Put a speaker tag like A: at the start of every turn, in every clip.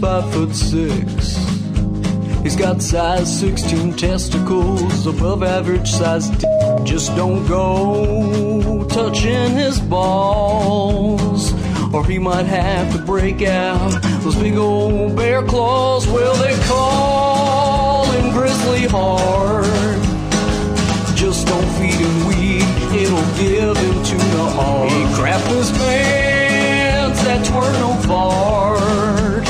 A: five foot six. He's got size 16 testicles, above average size. T- just don't go touching his balls, or he might have to break out those big old bear claws. Well, they call him Grizzly Hard. Just don't feed him weed, it'll give him tuna hard. He crapped his pants, that's where no fart.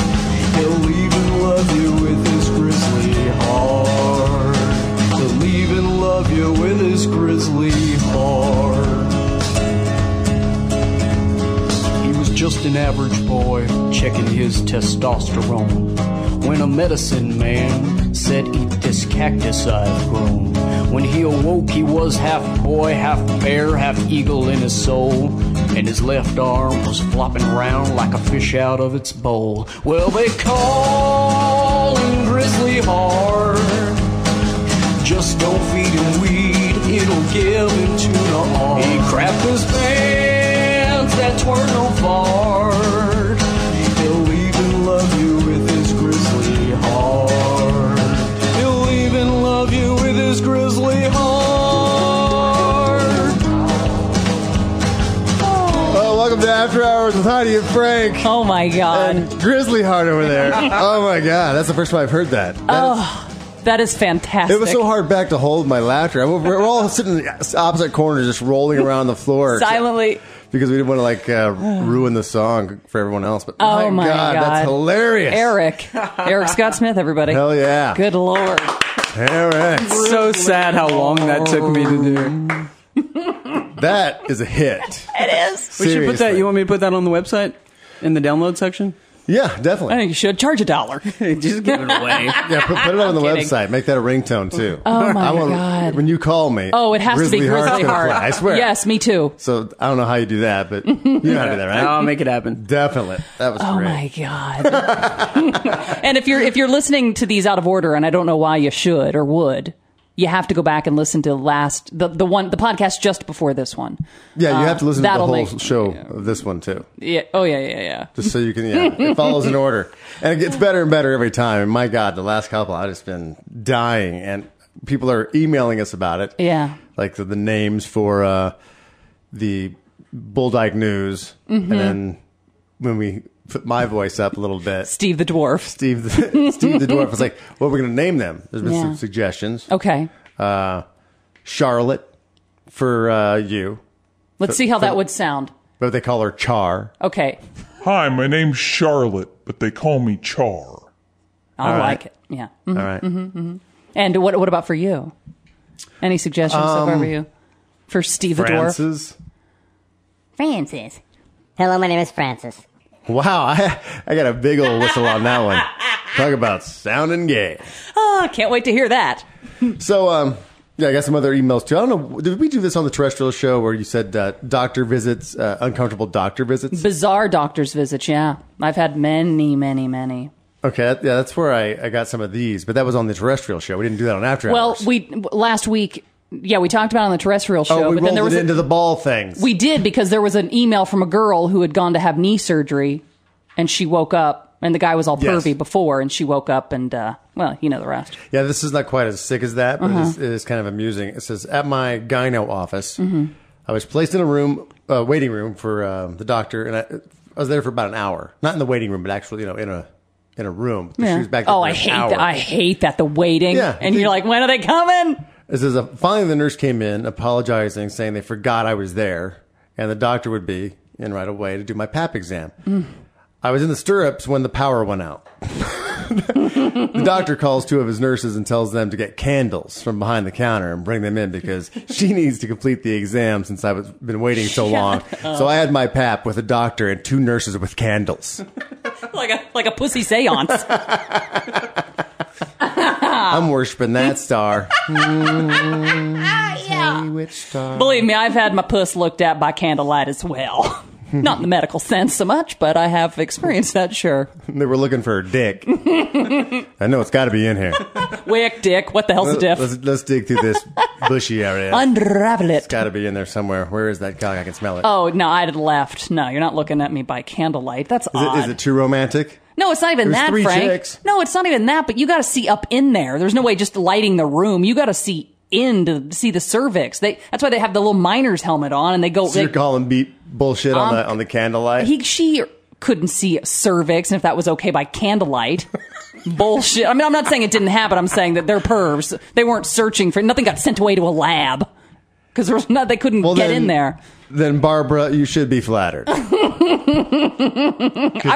A: He'll even love you with his grizzly heart. He'll even love you with his grizzly heart. He was just an average boy checking his testosterone. When a medicine man said, Eat this cactus I've grown. When he awoke, he was half boy, half bear, half eagle in his soul. And his left arm was flopping round like a fish out of its bowl. Well, they call him Grizzly Hard. Just don't feed him weed, it'll give him tuna all. He crapped his pants, that's where no fart. He'll even love you with his grizzly heart. He'll even love you with his grizzly heart.
B: Oh, welcome to After Hours with Heidi and Frank.
C: Oh my god.
B: And Grizzly Heart over there. oh my God, that's the first time I've heard that. That
C: Oh,
B: is-
C: that is fantastic.
B: it was so hard back to hold my laughter. I- We're all sitting in opposite corners, just rolling around the floor
C: Silently.
B: because we didn't want to like uh, ruin the song for everyone else. But
C: Oh my
B: God,
C: God.
B: that's hilarious,
C: Eric. Eric Scott Smith, everybody.
B: Hell yeah,
C: Good lord.
B: Eric.
D: So sad how long that took me to do.
B: That is a hit.
C: It is.
D: We should put that. You want me to put that on the website in the download section?
B: yeah,
C: I
B: definitely.
C: think you should charge a dollar.
D: Just give it away.
B: Yeah, put, put it on the
C: kidding.
B: website. Make that a ringtone too.
C: Oh, my
B: I want,
C: God.
B: When you call me,
C: Oh, it has to be
B: Heart's
C: Grizzly
B: gonna
C: Heart.
B: play. I swear.
C: Yes, me too.
B: So I don't know how you do that, but you know how to do that, right?
D: I'll make it happen.
B: Definitely. That was
C: Oh
B: great.
C: my god. and if you're if you're listening to these out of order and I don't know why you should or would, you have to go back and listen to the last the, the one the podcast just before this one.
B: Yeah, you have to listen to the
C: that'll
B: whole
C: make-
B: show of this one too,
C: Yeah. Oh yeah, yeah, yeah.
B: just so you can. Yeah, it follows in order, and it gets better and better every time. And my God, the last couple, I've just been dying, and people are emailing us about it.
C: Yeah.
B: like the, the names for uh, the Bulldog News,
C: Mm-hmm.
B: and then when we put my voice up a little bit.
C: Steve the dwarf.
B: Steve, the, Steve the dwarf was like, "What we're going to name them?" There's been
C: Yeah.
B: some suggestions.
C: Okay.
B: Uh, Charlotte for uh, you,
C: Let's see how that would sound.
B: but they call her Char.
C: Okay.
E: Hi, my name's Charlotte, but they call me Char.
C: I
B: right.
C: like it. Yeah. Mhm.
B: All right.
C: And what what about for you? Any suggestions so far for you? For Steve the dwarf?
B: Um, Francis.
F: Francis. Hello, my name is Francis.
B: Wow, I, I got a big old whistle on that one. Talk about sounding gay.
C: Oh, can't wait to hear that.
B: So, um, yeah, I got some other emails too. I don't know. Did we do this on the terrestrial show where you said uh, doctor visits, uh, uncomfortable doctor visits?
C: Bizarre doctor's visits, yeah. I've had many, many, many.
B: Okay, that- yeah, that's where I, I got some of these, but that was on the terrestrial show. We didn't do that on After
C: Well,
B: Hours.
C: we last week, yeah, we talked about it on the terrestrial show,
B: oh, we
C: but then
B: rolled
C: there was
B: it
C: a,
B: into the ball things.
C: we did because there was an email from a girl who had gone to have knee surgery, and she woke up, and the guy was all
B: Yes.
C: pervy before, and she woke up, and uh, well, you know the rest.
B: Yeah, this is not quite as sick as that, but it is,
C: Uh-huh.
B: it is kind of amusing. It says, at my gyno office, I was placed in a room, uh, waiting room for um, the doctor, and I, I was there for about an hour. Not in the waiting room, but actually, you know, in a in a room. She was back there
C: oh,
B: for
C: I
B: an
C: hate
B: hour.
C: that. I hate that the waiting,
B: Yeah,
C: and
B: the-
C: you're like, when are they coming?
B: It says, uh, finally, the nurse came in, apologizing, saying they forgot I was there, and the doctor would be in right away to do my pap exam. I was in the stirrups when the power went out. the doctor calls two of his nurses and tells them to get candles from behind the counter and bring them in because she needs to complete the exam since I've been waiting so long. So I had my pap with a doctor and two nurses with candles.
C: Like a like a pussy seance.
B: I'm worshiping that star.
C: yeah.
B: Which star?
C: Believe me, I've had my puss looked at by candlelight as well. Not in the medical sense so much, but I have experienced that, sure.
B: They were looking for a dick. I know it's got to be in here.
C: Wick, dick, what the hell's a diff?
B: Let's, let's dig through this bushy area.
C: Unravel it.
B: Got to be in there somewhere. Where is that cock? I can smell it.
C: Oh no, I had left. No, you're not looking at me by candlelight. That's
B: is, it,
C: odd.
B: is it too romantic?
C: No, it's not even
B: There's
C: that,
B: three
C: Frank.
B: chicks.
C: No, it's not even that. But you got to see up in there. There's no way just lighting the room. You got to see in to see the cervix. They, that's why they have the little miner's helmet on, and they go.
B: So
C: they-
B: you're calling beat bullshit on
C: Um,
B: the on the candlelight.
C: he she couldn't see cervix, and if that was okay by candlelight. Bullshit. I mean, I'm not saying it didn't happen. I'm saying that they're pervs. They weren't searching for nothing. Got sent away to a lab because there was not. They couldn't get
B: then-
C: in there.
B: Then Barbara, you should be flattered.
C: I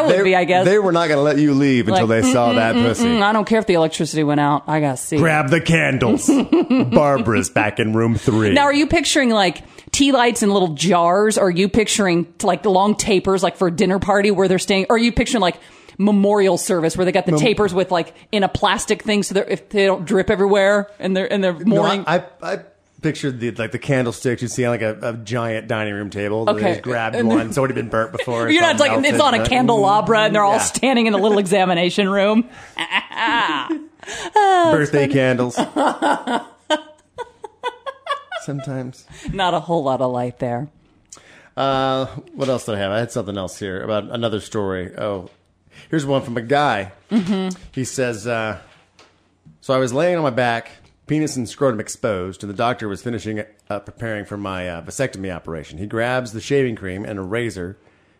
C: would
B: They-
C: be, I guess.
B: They were not going to let you leave until
C: Like,
B: they saw that pussy.
C: I don't care if the electricity went out. I got to see.
B: Grab the candles. Barbara's back in room three.
C: Now, are you picturing like tea lights in little jars? Are you picturing like the long tapers, like for a dinner party where they're staying? Or are you picturing like memorial service where they got the tapers with like in a plastic thing so that if they don't drip everywhere and they're in their
B: No,
C: morning?
B: I, I I pictured the like the candlesticks you'd see on like a, a giant dining room table. They
C: Okay.
B: just grabbed
C: And-
B: one. It's already been burnt before.
C: you're not like
B: something
C: it's
B: melted,
C: on a
B: but-
C: candelabra and they're all
B: Yeah.
C: standing in a little examination room.
B: birthday candles. Sometimes.
C: Not a whole lot of light there.
B: Uh, what else did I have? I had something else here about another story. Oh, here's one from a guy. He says, uh, "So I was laying on my back, penis and scrotum exposed, and the doctor was finishing uh, preparing for my uh, vasectomy operation. He grabs the shaving cream and a razor,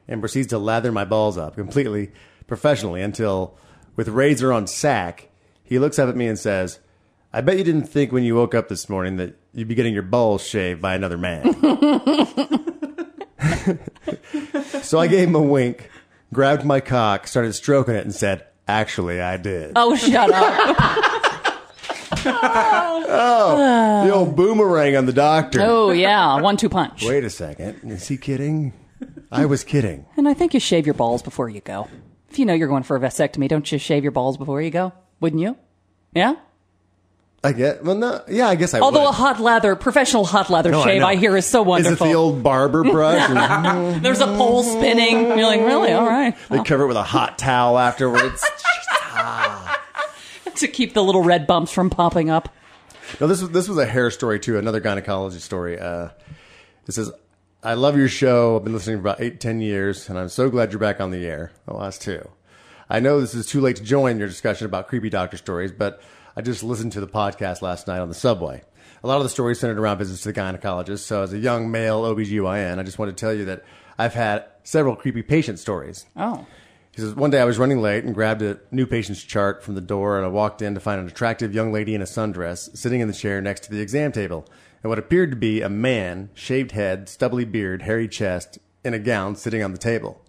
B: and proceeds to lather my balls up completely professionally until, with razor on sack, he looks up at me and says." I bet you didn't think when you woke up this morning that you'd be getting your balls shaved by another man. So I gave him a wink, grabbed my cock, started stroking it, and said, Actually, I did.
C: Oh, shut up.
B: The old boomerang on the doctor.
C: oh, yeah. One two punch.
B: Wait a second. Is he kidding? I was kidding.
C: And I think you shave your balls before you go. If you know you're going for a vasectomy, don't you shave your balls before you go? Wouldn't you? Yeah?
B: I get, well, no, yeah, I guess I
C: Although
B: would.
C: a hot leather, professional hot leather
B: No,
C: shave,
B: know.
C: I, hear is so wonderful.
B: Is it the old barber brush? And
C: There's a pole spinning. You're like, really? All right.
B: they cover it with a hot towel afterwards.
C: to keep the little red bumps from popping up.
B: No, this was this was a hair story too. Another gynecology story. Uh, it says, "I love your show. I've been listening for about eight, ten years, and I'm so glad you're back on the air. The last two. I know this is too late to join your discussion about creepy doctor stories, but I just listened to the podcast last night on the subway. A lot of the stories centered around visits to the gynecologist. So, as a young male OBGYN, I just want to tell you that I've had several creepy patient stories.
C: Oh.
B: He says, One day I was running late and grabbed a new patient's chart from the door, and I walked in to find an attractive young lady in a sundress sitting in the chair next to the exam table. And what appeared to be a man, shaved head, stubbly beard, hairy chest, in a gown sitting on the table.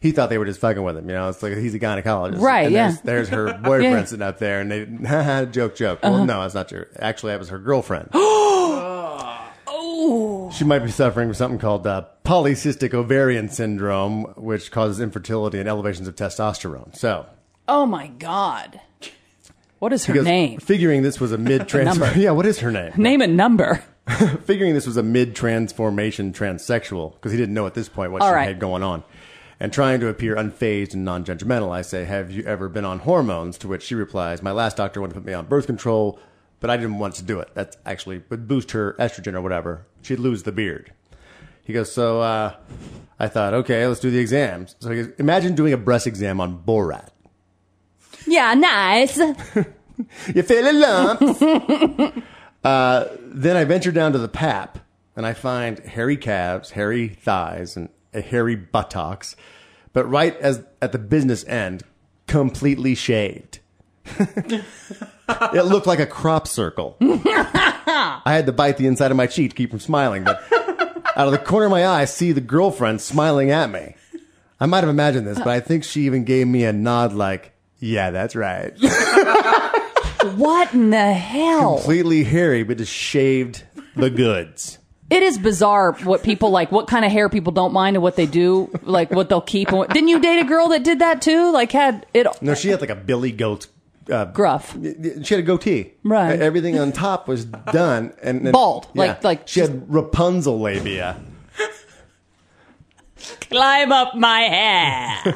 B: He thought they were just fucking with him, you know. It's like he's a gynecologist,
C: Right,
B: And
C: yeah.
B: There's, there's her boyfriend
C: Yeah. Uh-huh.
B: sitting up there, and they joke, joke. Well, no, that's not true. Actually, that was her girlfriend. She might be suffering from something called uh, polycystic ovarian syndrome, which causes infertility and elevations of testosterone. So,
C: Oh, my God. What is her
B: because
C: name?
B: figuring this was a mid
C: Number.
B: transformation, yeah, what is her name?
C: Name and number.
B: Figuring this was a mid transformation transsexual because he didn't know at this point what
C: All
B: she
C: right.
B: had going on, and trying to appear unfazed and non judgmental. I say, "Have you ever been on hormones?" To which she replies, "My last doctor wanted to put me on birth control, but I didn't want to do it. That actually would boost her estrogen or whatever. She'd lose the beard." He goes, so uh, I thought, okay, let's do the exams. So he goes, imagine doing a breast exam on Borat.
C: Yeah, nice.
B: You feeling lumps? uh, then I venture down to the pap and I find hairy calves, hairy thighs, and a hairy buttocks. But right as at the business end, completely shaved. it looked like a crop circle. I had to bite the inside of my cheek to keep from smiling, but out of the corner of my eye, I see the girlfriend smiling at me. I might have imagined this, but I think she even gave me a nod like, yeah, that's right.
C: What in the hell?
B: completely hairy, but just shaved the goods.
C: It is bizarre what people like, what kind of hair people don't mind and what they do, like what they'll keep. And what, didn't you date a girl that did that too? Like had it
B: No, she had like a Billy Goat. Uh,
C: gruff.
B: she had a goatee. E-,
C: Right.
B: Everything on top was done and, and-
C: Bald, like- like
B: she had Rapunzel labia.
C: Climb up my hair.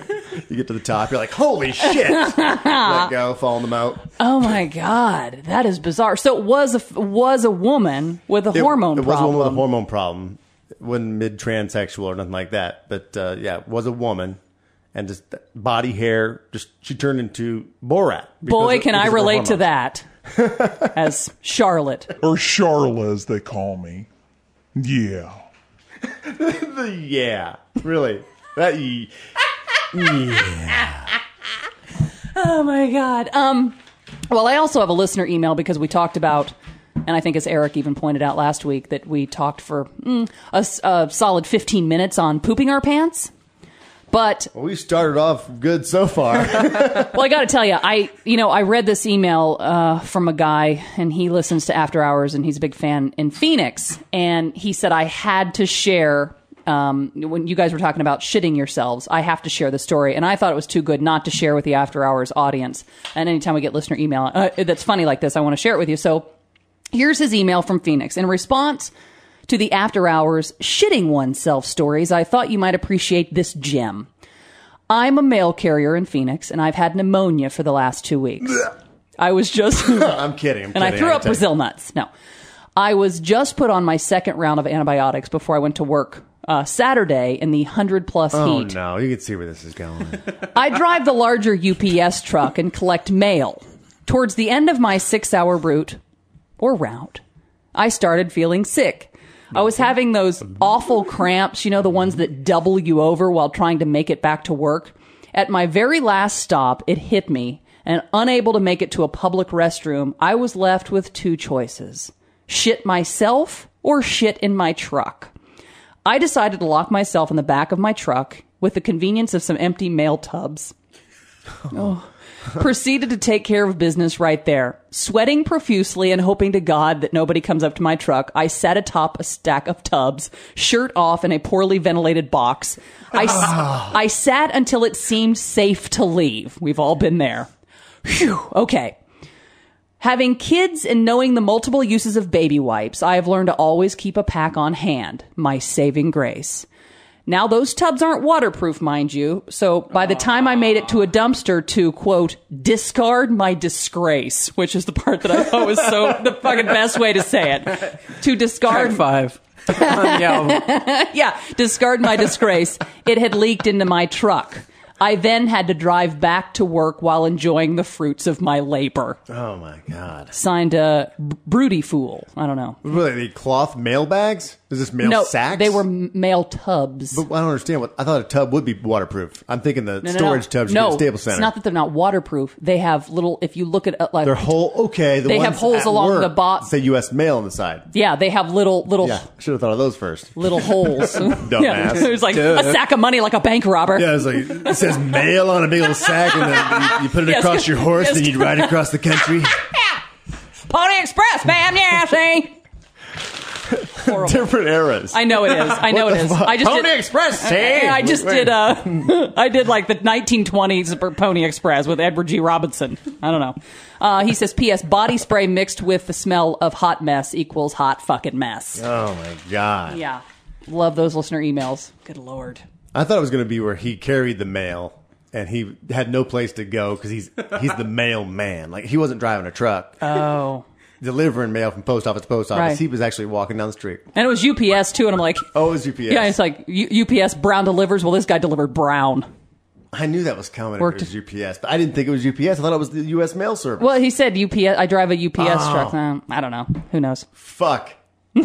B: You get to the top, you're like, holy shit! Let go, fall in the moat.
C: Oh my god, that is bizarre. So it was a was a woman with a
B: It-
C: hormone
B: It was a
C: problem.
B: woman with a hormone problem. It wasn't mid transsexual or nothing like that. But uh, yeah, it was a woman. and just th- body hair. Just she turned into Borat. because
C: Boy,
B: of-
C: can I
B: because of her
C: relate to
B: hormones.
C: that as Charlotte.
E: Or Charla, as they call me. Yeah.
B: Yeah, really. That ye-
C: Oh my god. Um well, I also have a listener email because we talked about and I think as Eric even pointed out last week that we talked for mm, a, s- a solid 15 minutes on pooping our pants. But
B: we started off good so far.
C: well, I got to tell you, I you know I read this email uh, from a guy, and he listens to After Hours, and he's a big fan in Phoenix, and he said I had to share um, when you guys were talking about shitting yourselves. I have to share the story, and I thought it was too good not to share with the After Hours audience. And anytime we get listener email uh, that's funny like this, I want to share it with you. So here's his email from Phoenix in response. To the after hours shitting oneself stories, I thought you might appreciate this gem. I'm a mail carrier in Phoenix, and I've had pneumonia for the last two weeks. I was just, and
B: I'm kidding. I'm
C: I
B: kidding,
C: threw up
B: tell you.
C: Brazil nuts. No, I was just put on my second round of antibiotics before I went to work uh, Saturday in the hundred plus
B: Oh
C: heat.
B: no, you can see where this is going.
C: I drive the larger UPS truck and collect mail. Towards the end of my six hour route or route, I started feeling sick. I was having those awful cramps, you know, the ones that double you over while trying to make it back to work. At my very last stop, it hit me, and unable to make it to a public restroom, I was left with two choices shit myself or shit in my truck. I decided to lock myself in the back of my truck with the convenience of some empty mail tubs. Oh. Proceeded to take care of business right there. Sweating profusely and hoping to God that nobody comes up to my truck, I sat atop a stack of tubs, shirt off in a poorly ventilated box. I, s- I sat until it seemed safe to leave. We've all been there. Phew, okay. Having kids and knowing the multiple uses of baby wipes, I have learned to always keep a pack on hand, my saving grace. Now, those tubs aren't waterproof, mind you, so by the time I made it to a dumpster to, quote, discard my disgrace, which is the part that I thought was so the fucking best way to say it. To discard,
D: five. on the album.
C: yeah, discard my disgrace, it had leaked into my truck. I then had to drive back to work while enjoying the fruits of my labor
B: oh my god.
C: signed a b- broody fool. I don't know.
B: Really, the cloth mail bags? Is this mail
C: no,
B: sacks?
C: they were m- mail tubs.
B: But I don't understand what I thought a tub would be waterproof. I'm thinking the
C: No, no,
B: storage
C: no.
B: tubs
C: No,
B: should be at Stable Center.
C: It's not that they're not waterproof. They have little. If you look at uh, like
B: They're whole. Okay, the
C: They have
B: ones
C: holes
B: at
C: along
B: work
C: the bot-
B: Say U.S. mail on the side.
C: yeah, they have little little
B: Yeah, I should have thought of those first.
C: little holes. yeah,
B: Dumbass.
C: there's like a sack of money like a bank robber.
B: Yeah, it's like it says mail on a big old sack, and then you, you put it
C: Yes.
B: across your horse,
C: Yes.
B: and you ride across the country.
C: Pony Express, man. Yeah, see.
B: Different eras.
C: I know it is. I know
B: What
C: it
B: the
C: is.
B: fuck?
C: I just
B: Pony
C: did,
B: Express.
C: I,
B: Hey,
C: I just
B: Wait,
C: did. Uh, I did like the 1920s for Pony Express with Edward G. Robinson. I don't know. Uh, he says, "P.S. Body spray mixed with the smell of hot mess equals hot fucking mess."
B: Oh my god!
C: Yeah, love those listener emails. Good lord.
B: I thought it was going to be where he carried the mail, and he had no place to go because he's he's the mailman. Like he wasn't driving a truck.
C: Oh,
B: delivering mail from post office to post office.
C: Right.
B: He was actually walking down the street.
C: and it was UPS too, and I'm like,
B: Oh, it was UPS.
C: yeah, it's like U- UPS Brown delivers. Well, this guy delivered Brown.
B: I knew that was coming.
C: Worked-
B: If it was UPS, but I didn't think it was UPS. I thought it was the U.S. mail service.
C: Well, he said UPS. I drive a UPS
B: Oh.
C: truck. Uh, I don't know. Who knows?
B: Fuck. I'm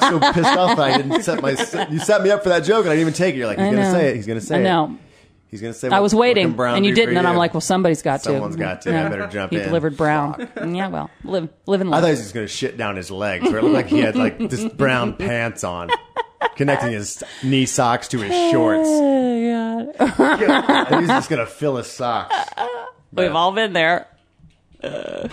B: so pissed off that I didn't set my. You set me up for that joke, and I didn't even take it. You're like, he's
C: I
B: gonna
C: know.
B: say it. He's gonna say
C: I
B: it.
C: know.
B: He's gonna say.
C: I
B: what-
C: was
B: what can
C: waiting,
B: Brown
C: and you
B: do for
C: didn't, and I'm
B: you?
C: like, well, somebody's got to.
B: Someone's got to. I better jump
C: he
B: in.
C: delivered Brown. Mm, Yeah, well, live, live and
B: I
C: live.
B: thought he was just gonna shit down his legs, or it looked like he had like this brown pants on, connecting his knee socks to
C: Oh,
B: his shorts. Yeah, and he was just gonna fill his socks.
C: We've all been there. Uh,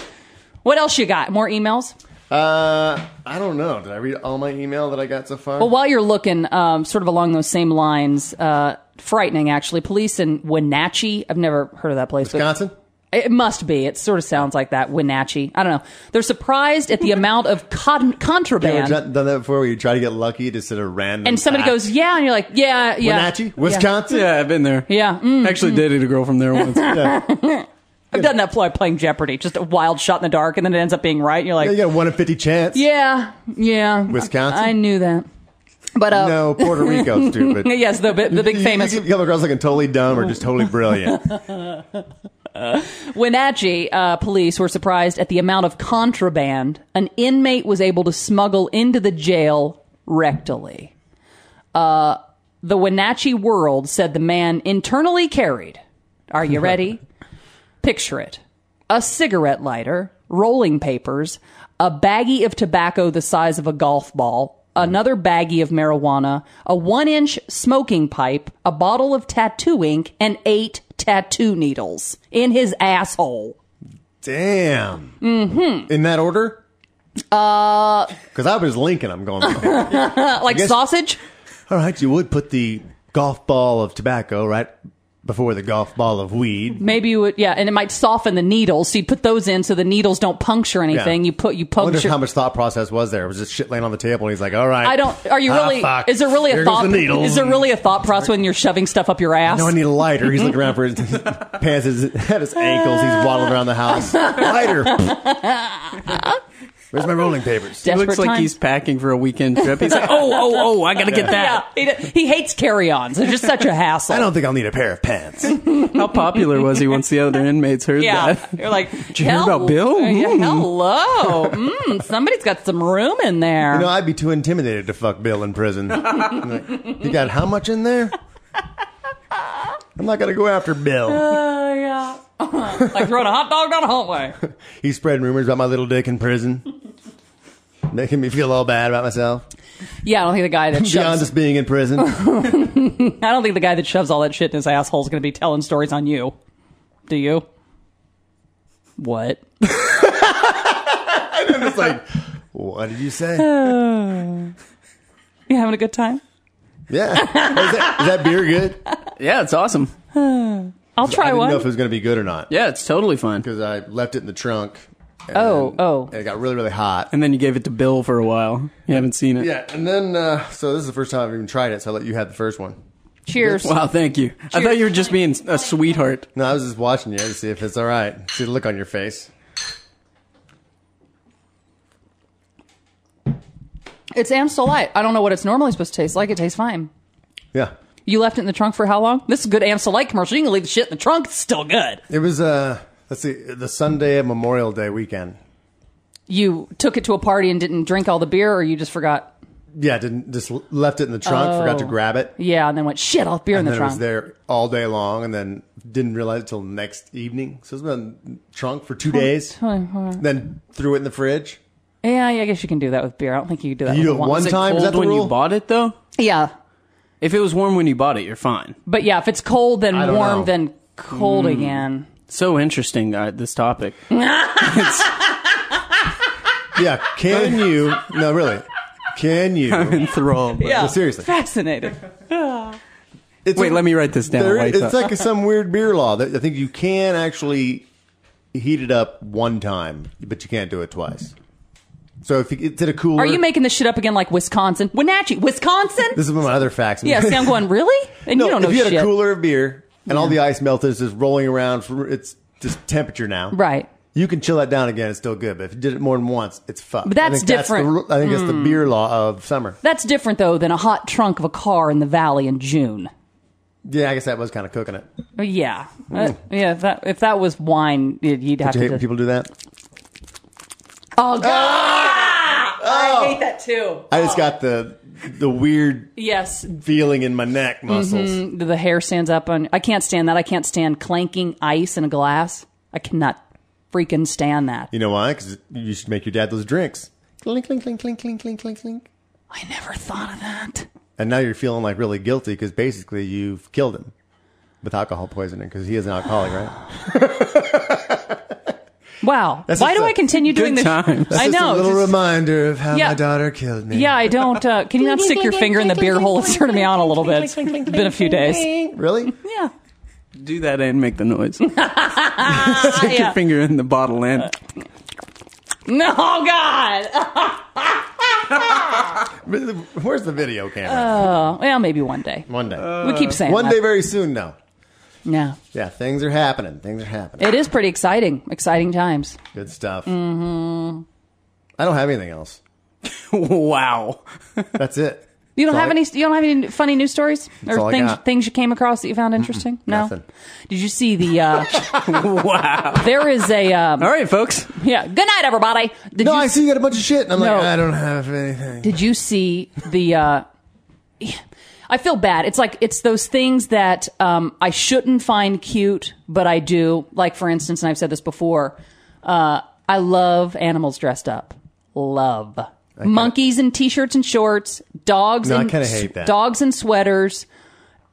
C: what else you got? More emails?
B: Uh, I don't know. Did I read all my email that I got so far?
C: Well, while you're looking, um, sort of along those same lines, uh, frightening actually. Police in Wenatchee. I've never heard of that place. but-
B: Wisconsin.
C: It must be. It sort of sounds like that. Wenatchee. I don't know. They're surprised at the amount of con-
B: You ever
C: contraband.
B: done done that before, where you try to get lucky to sort of random,
C: and somebody
B: fact?
C: goes, yeah. And you're like, yeah, yeah.
B: Wenatchee, Wisconsin.
D: Yeah, I've been there.
C: Yeah. Mm.
D: Actually dated a girl from there once.
C: I've done that fly playing Jeopardy. Just a wild shot in the dark, and then it ends up being right. And you're like,
B: You got a one in fifty chance.
C: Yeah, yeah.
B: Wisconsin?
C: I, I knew that. But uh,
B: no, Puerto Rico, stupid.
C: yes, the bi- the big
B: You-
C: famous
B: You, you come across looking totally dumb or just totally brilliant.
C: Wenatchee uh, police were surprised at the amount of contraband an inmate was able to smuggle into the jail rectally. Uh, the Wenatchee World said the man internally carried. Are you ready? Picture it a cigarette lighter, rolling papers, a baggie of tobacco the size of a golf ball, another baggie of marijuana, a one inch smoking pipe, a bottle of tattoo ink, and eight tattoo needles in his asshole.
B: Damn. Mm-hmm. In that order? Uh, because I was Lincoln. I'm going. All
C: Uh, like
B: guess-
C: sausage?
B: right, you would put the golf ball of tobacco right before the golf ball of weed.
C: Maybe you would, yeah, and it might soften the needles. So you put those in so the needles don't puncture anything. You put, you
B: I wonder
C: puncture.
B: how much thought process was there. It was just shit laying on the table, and he's like, "All right."
C: I don't. Are you
B: Ah,
C: really?
B: fuck.
C: is there really a
B: There goes
C: thought?
B: the needle.
C: Is there really a thought process when you're shoving stuff up your ass?
B: No, I need a lighter. He's looking around for his pants is at his ankles. He's waddling around the house. Lighter. Where's my rolling papers?
D: He looks
C: Desperate
D: like
C: times.
D: he's packing for a weekend trip. He's like, oh, oh, oh, I gotta get
C: Yeah,
D: that.
C: he, he hates carry-ons. They're just such a hassle.
B: I don't think I'll need a pair of pants.
D: How popular was he once the other inmates heard
C: yeah,
D: that?
C: you're like,
D: you hear
C: "Hell- uh,
D: about Bill?
C: Yeah,
B: Hmm.
D: Mm.
C: hello, mm, somebody's got some room in there.
B: No, I'd be too intimidated to fuck Bill in prison. Like, you got how much in there? I'm not gonna go after Bill.
C: Uh, yeah, like throwing a hot dog down a hallway.
B: He's spreading rumors about my little dick in prison, making me feel all bad about myself.
C: Yeah, I don't think the guy that
B: Beyond
C: shoves.
B: just being in prison, I
C: I don't think the guy that shoves all that shit in his asshole is going to be telling stories on you. Do you? What?
B: was like, "What did you say?"
C: You having a good time?
B: Yeah, is that, is that beer good?
D: Yeah, it's awesome.
C: I'll
B: I
C: try
B: didn't know if it
C: one.
B: was gonna be good or not
D: Yeah, it's totally fun.
B: because I left it in the trunk. and-
C: Oh, oh.
B: and it got really, really hot.
D: And then you gave it to Bill for a while. You haven't seen it.
B: Yeah, and then uh, so this is the first time I've even tried it. So I let you have the first one.
C: Cheers.
D: Wow, thank you. I thought you were just being a sweetheart.
B: No, I was just watching you to see if it's all right. See the look on your face.
C: It's Amstel Light. I don't know what it's normally supposed to taste like. It tastes fine.
B: Yeah.
C: You left it in the trunk for how long? This is a good Amstel Light commercial. You can leave the shit in the trunk. It's still good.
B: It was uh let's see, the Sunday of Memorial Day weekend.
C: You took it to a party and didn't drink all the beer, or you just forgot?
B: Yeah, didn't just left it in the trunk, forgot to
C: Oh.
B: grab it.
C: Yeah, and then went shit. I'll have beer
B: And
C: in
B: then
C: the
B: it was
C: trunk.
B: there all day long and then didn't realize it till next evening. So it's been in the trunk for two days. Then threw it in the fridge.
C: Yeah, yeah, I guess you can do that with beer. I don't think you can do that.
B: You do
C: with
B: it one
C: wine.
D: Was it
B: time,
D: cold
B: is that the
D: when
B: rule?
D: you bought it though?
C: Yeah,
D: If it was warm when you bought it, you're fine.
C: but yeah, if it's cold, then
B: I don't
C: warm,
B: know. Mm.
C: then cold again.
D: So interesting, uh, this topic. It's-
B: yeah, can you no really. Can you
D: enthralled. by
C: Yeah,
D: this.
B: seriously.
C: fascinated.
B: It's
D: Wait, let me write this down.
B: There-
D: Wait,
B: it's
D: uh,
B: like some weird beer law that I think you can actually heat it up one time, but you can't do it twice. So if you- it's in a cooler,
C: Are you making this shit up again, like Wisconsin, Wenatchee, Wisconsin?
B: This is one of my other facts.
C: yeah, see, I'm going really, and
B: No,
C: you don't know
B: if you had
C: shit,
B: a cooler of beer and all the ice melted, it's just rolling around. For, it's just temperature now.
C: right?
B: You can chill that down again. It's still good. But if you did it more than once, it's fucked.
C: But that's
B: I think the
C: different. Hmm.
B: ru- I think it's the beer law of summer.
C: That's different though than a hot trunk of a car in the valley in June.
B: Yeah, I guess that was kind of cooking it.
C: Uh, Yeah,
B: Hmm.
C: Uh, yeah. If that, if that was wine, you'd, you'd have
B: Do you hate
C: to.
B: when people do that?
C: oh god, I hate that too.
B: I just got the the weird
C: Yes,
B: feeling in my neck muscles.
C: the hair stands up on. I can't stand that. I can't stand clanking ice in a glass. I cannot freaking stand that.
B: You know why? Because you should make your dad those drinks. Clink, clink, clink, clink, clink, clink, clink, clink.
C: I never thought of that.
B: And now you're feeling like really guilty because basically you've killed him with alcohol poisoning because he is an alcoholic, right?
C: Wow.
B: That's
C: Why
B: just
C: do
B: a
C: I continue doing this?
D: good times. That's
C: I
B: Just
C: know.
B: a little
C: just-
B: reminder of how
C: Yeah.
B: my daughter killed me.
C: yeah, I don't. Uh, can you not stick your finger in the beer hole? It's turning me on a little bit. It's been a few days.
B: Really?
C: Yeah.
D: do that and make the noise. Stick
C: yeah.
D: your finger in the bottle and
C: No, God.
B: Where's the video
C: Uh,
B: camera?
C: Oh, Well, maybe one day.
B: One day.
C: We keep saying
B: One
C: that.
B: day very soon now.
C: Yeah.
B: Yeah, things are happening. Things are happening.
C: It is pretty exciting. Exciting times.
B: Good stuff. Mm-hmm. I don't have anything else.
D: wow.
B: That's it.
C: You don't
B: That's
C: have
B: all I-
C: any. You don't have any funny news stories
B: all
C: or
B: I
C: things
B: got.
C: things you came across that you found interesting. no.
B: nothing.
C: Did you see the? Uh,
D: wow.
C: there is a. Um,
D: All right, folks.
C: yeah. Good night, everybody. Did
B: No,
C: you
B: I see you got a bunch of shit, and I'm
C: No.
B: like, I don't have anything.
C: Did you see the? Uh, I feel bad. It's like it's those things that um, I shouldn't find cute, but I do. Like for instance, and I've said this before. Uh, I love animals dressed up. Love monkeys in t-shirts and shorts, dogs.
B: No, I
C: in
B: kinda
C: s-
B: hate that.
C: Dogs in sweaters.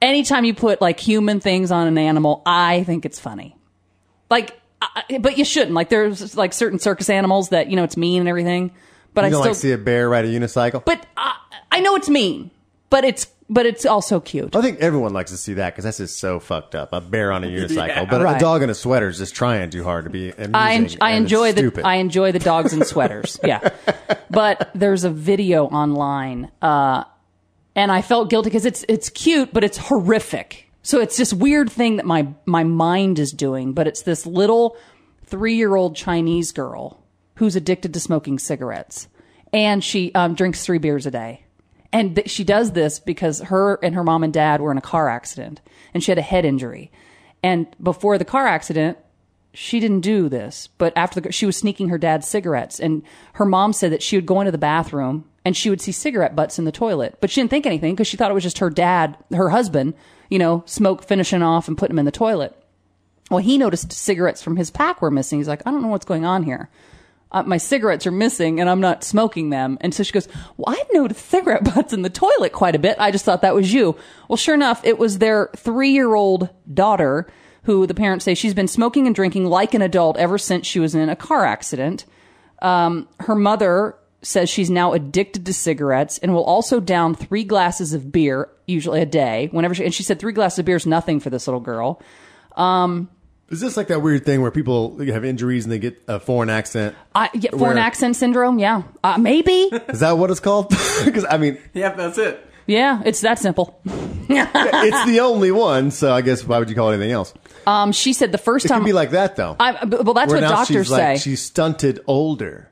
C: Anytime you put like human things on an animal, I think it's funny. Like, I, I- but you shouldn't. Like, there's like certain circus animals that you know it's mean and everything. But I
B: You don't
C: still
B: like see a bear ride a unicycle.
C: but I, I know it's mean, but it's but it's also cute.
B: I think everyone likes to see that because that's just so fucked up. A bear on a unicycle,
D: Yeah.
B: but
C: Right.
B: a dog in a sweater is just trying too hard to be amusing.
C: I en- I
B: and it's
C: enjoy the
B: stupid.
C: I enjoy the dogs in sweaters. yeah, but there's a video online, uh, and I felt guilty because it's it's cute, but it's horrific. So it's this weird thing that my my mind is doing, but it's this little three year old Chinese girl who's addicted to smoking cigarettes, and she um, drinks three beers a day. And th- she does this because her and her mom and dad were in a car accident, and she had a head injury. And before the car accident, she didn't do this, but after the, she was sneaking her dad's cigarettes, and her mom said that she would go into the bathroom and she would see cigarette butts in the toilet, but she didn't think anything because she thought it was just her dad, her husband, you know, smoke finishing off and putting them in the toilet. Well, he noticed cigarettes from his pack were missing. He's like, I don't know what's going on here. Uh, my cigarettes are missing and I'm not smoking them. And so she goes, Well, I've noticed cigarette butts in the toilet quite a bit. I just thought that was you. Well, sure enough, it was their three year old daughter who the parents say she's been smoking and drinking like an adult ever since she was in a car accident. Um, her mother says she's now addicted to cigarettes and will also down three glasses of beer, usually a day, whenever she, and she said three glasses of beer is nothing for this little girl.
B: Is this like that weird thing where people have injuries and they get a foreign accent?
C: I, yeah, foreign
B: Where-
C: accent syndrome. Yeah, uh, maybe.
B: Is that what it's called? Because I mean,
D: Yep, that's it.
C: yeah, it's that simple.
B: it's the only one, so I guess why would you call it anything else?
C: Um, she said the first
B: It
C: time.
B: could be like that though.
C: I, b- well, that's
B: where
C: what
B: now
C: doctors
B: she's like
C: say.
B: she's stunted older.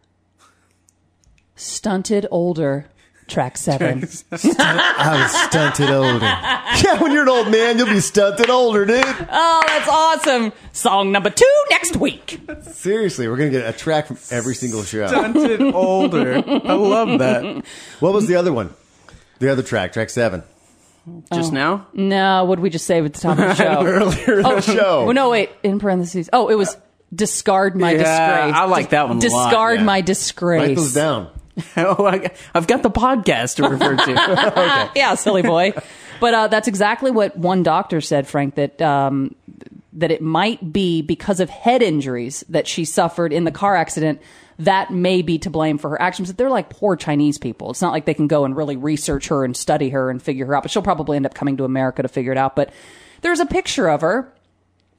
C: Stunted older, track seven.
B: I was stunted older. Yeah, when you're an old man, you'll be stunted older, dude.
C: Oh, that's awesome. Song number two next week.
B: Seriously, we're gonna get a track from every single show.
D: Stunted older. I love that.
B: What was the other one? The other track, track seven.
C: Oh.
D: Just now?
C: No, what did we just say at the top of the show?
B: Earlier in the show.
C: Well, no, wait. In parentheses. Oh, it was discard my
D: Yeah,
C: disgrace.
D: I like that one a lot,
C: Discard
B: yeah.
C: my
B: Write
C: disgrace.
B: those down.
D: Oh, I, I've got the podcast to refer to.
C: yeah, silly boy. But uh, that's exactly what one doctor said, Frank. That um, that it might be because of head injuries that she suffered in the car accident. That may be to blame for her actions. But they're like poor Chinese people. It's not like they can go and really research her and study her and figure her out. But she'll probably end up coming to America to figure it out. But there's a picture of her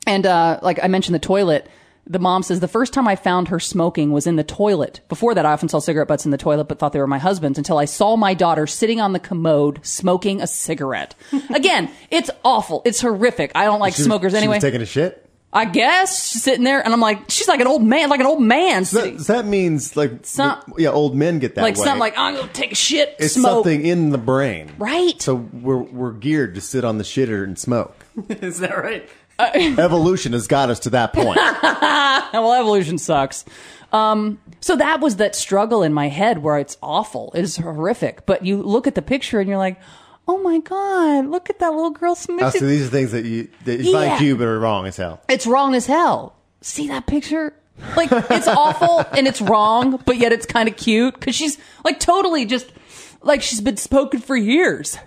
C: and uh, like I mentioned, the toilet. The mom says the first time I found her smoking was in the toilet. Before that, I often saw cigarette butts in the toilet, but thought they were my husband's until I saw my daughter sitting on the commode smoking a cigarette. Again, it's awful. It's horrific. I don't like
B: She was-
C: smokers
B: she
C: anyway.
B: was taking a shit.
C: I guess she's sitting there, and I'm like, she's like an old man, like an old man, sitting,
B: That, that means like
C: Some-
B: yeah, old men get that
C: like
B: way.
C: something like I'm gonna take a shit,
B: it's
C: smoke.
B: something in the brain,
C: Right.
B: So we're we're geared to sit on the shitter and smoke.
D: Is that right?
C: Uh,
B: Evolution has got us to that point.
C: Yeah, well, evolution sucks. Um, so that was that struggle in my head where it's awful, it's horrific. But you look at the picture and you're like, oh my god, look at that little girl
B: Uh, so
C: smishing.
B: these are things that you that you
C: Yeah.
B: find cute but are wrong as hell.
C: it's wrong as hell. See that picture? Like it's awful and it's wrong, but yet it's kind of cute because she's like totally just like she's been spoken for years.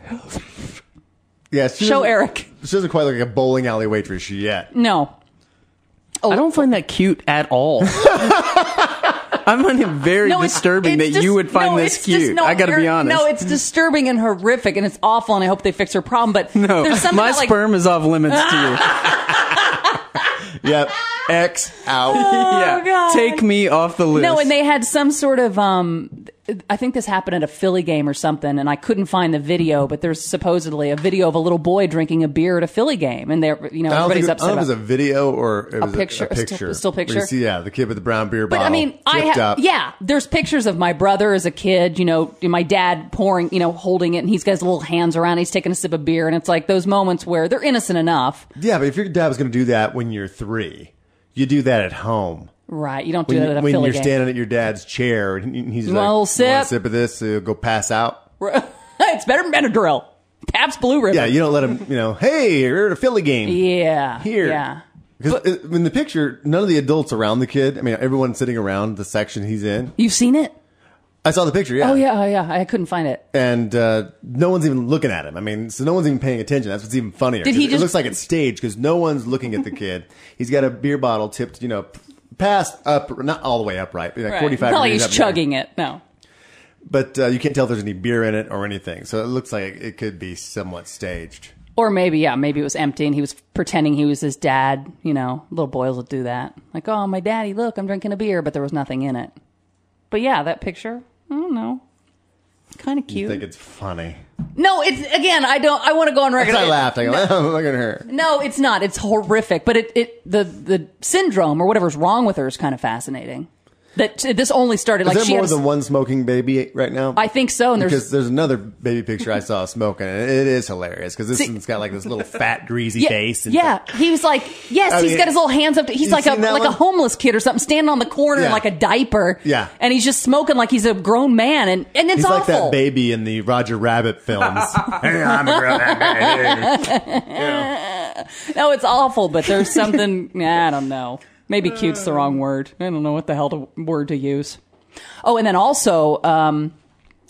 B: Yeah, she
C: Show
B: doesn't-
C: Eric.
B: She doesn't quite look like a bowling alley waitress yet.
C: No,
D: I don't find that cute at all. I find it very
C: no, it's-
D: disturbing
C: it's
D: that
C: just-
D: you would find
C: no,
D: this
C: it's just-
D: cute.
C: no,
D: I got to be
C: you're-
D: honest.
C: No, it's disturbing and horrific and it's awful, and I hope they fix her problem. But
D: No,
C: there's something
D: my
C: that, like,
D: sperm is off limits to you.
B: Yep. X out.
D: yeah,
C: Oh, God.
D: take me off the list.
C: No, and they had some sort of um I think this happened at a Philly game or something, and I couldn't find the video, but there's supposedly a video of a little boy drinking a beer at a Philly game, and they're you know
B: I don't, think it, I don't
C: everybody's upset.
B: know if it was a
C: about-
B: video or it was a
C: picture,
B: picture.
C: a
B: A, picture.
C: still- still
B: Where you
C: picture.
B: see, yeah, the kid with the brown beer
C: but
B: bottle.
C: I mean, I
B: zipped
C: ha-
B: up.
C: yeah. There's pictures of my brother as a kid. You know, my dad pouring, you know, holding it, and he's got his little hands around. He's taking a sip of beer, and it's like those moments where they're innocent enough,
B: yeah. But if your dad was going to do that when you're three, you do that at home.
C: right? You don't do
B: When,
C: that
B: you,
C: at a
B: when
C: Philly
B: you're
C: game.
B: standing at your dad's chair and he- he's
C: You
B: like,
C: want a little
B: "You want a
C: sip?"
B: sip of this, so you'll go pass out.
C: it's better than Benadryl, Pabst Blue Ribbon.
B: Yeah, you don't let him. You know, hey, you're at a Philly game.
C: yeah,
B: here.
C: yeah.
B: Because it- in the picture, none of the adults around the kid. I mean, everyone's sitting around the section he's in.
C: You've seen it?
B: I saw the picture. Yeah.
C: Oh yeah, oh yeah. I couldn't find it.
B: and uh, no one's even looking at him. I mean, so no one's even paying attention. That's what's even funnier.
C: Did he
B: 'Cause it
C: just-
B: looks like it's staged because no one's looking at the kid. He's got a beer bottle tipped, you know, past up, not all the way upright, you know,
C: Right.
B: forty-five.
C: Not like
B: degrees
C: he's
B: up there.
C: chugging it. No.
B: but uh, you can't tell if there's any beer in it or anything. So it looks like it could be somewhat staged.
C: Or maybe, yeah, maybe it was empty and he was pretending he was his dad. You know, little boys will do that. Like, oh, my daddy, look, I'm drinking a beer, but there was nothing in it. But yeah, that picture, I don't know. Kind of
B: You
C: cute.
B: think it's funny?
C: no, it's, again, I don't, I want to go on record.
B: I laughed. I go, oh, look at her.
C: No, it's not. It's horrific. But it, it, the, the syndrome or whatever's wrong with her is kind of fascinating. That this only started like
B: Is
C: she
B: there more
C: had a-
B: than one smoking baby right now?
C: I think so. And there's,
B: because there's another baby picture I saw smoking, and it is hilarious because this one's got like this little fat, greasy
C: Yeah,
B: face. And
C: yeah. he was like, yes,
B: I
C: he's
B: mean,
C: got his little hands up. To, he's
B: you
C: like a
B: seen that
C: like a
B: one?
C: homeless kid or something, standing on the corner in
B: Yeah.
C: like a diaper.
B: Yeah.
C: and he's just smoking like he's a grown man, and and it's
B: He's
C: awful.
B: like that baby in the Roger Rabbit films. hey, I'm a grown man. Yeah.
C: No, it's awful. But there's something nah, I don't know. Maybe cute's the wrong word. I don't know what the hell to, word to use. Oh, and then also, um,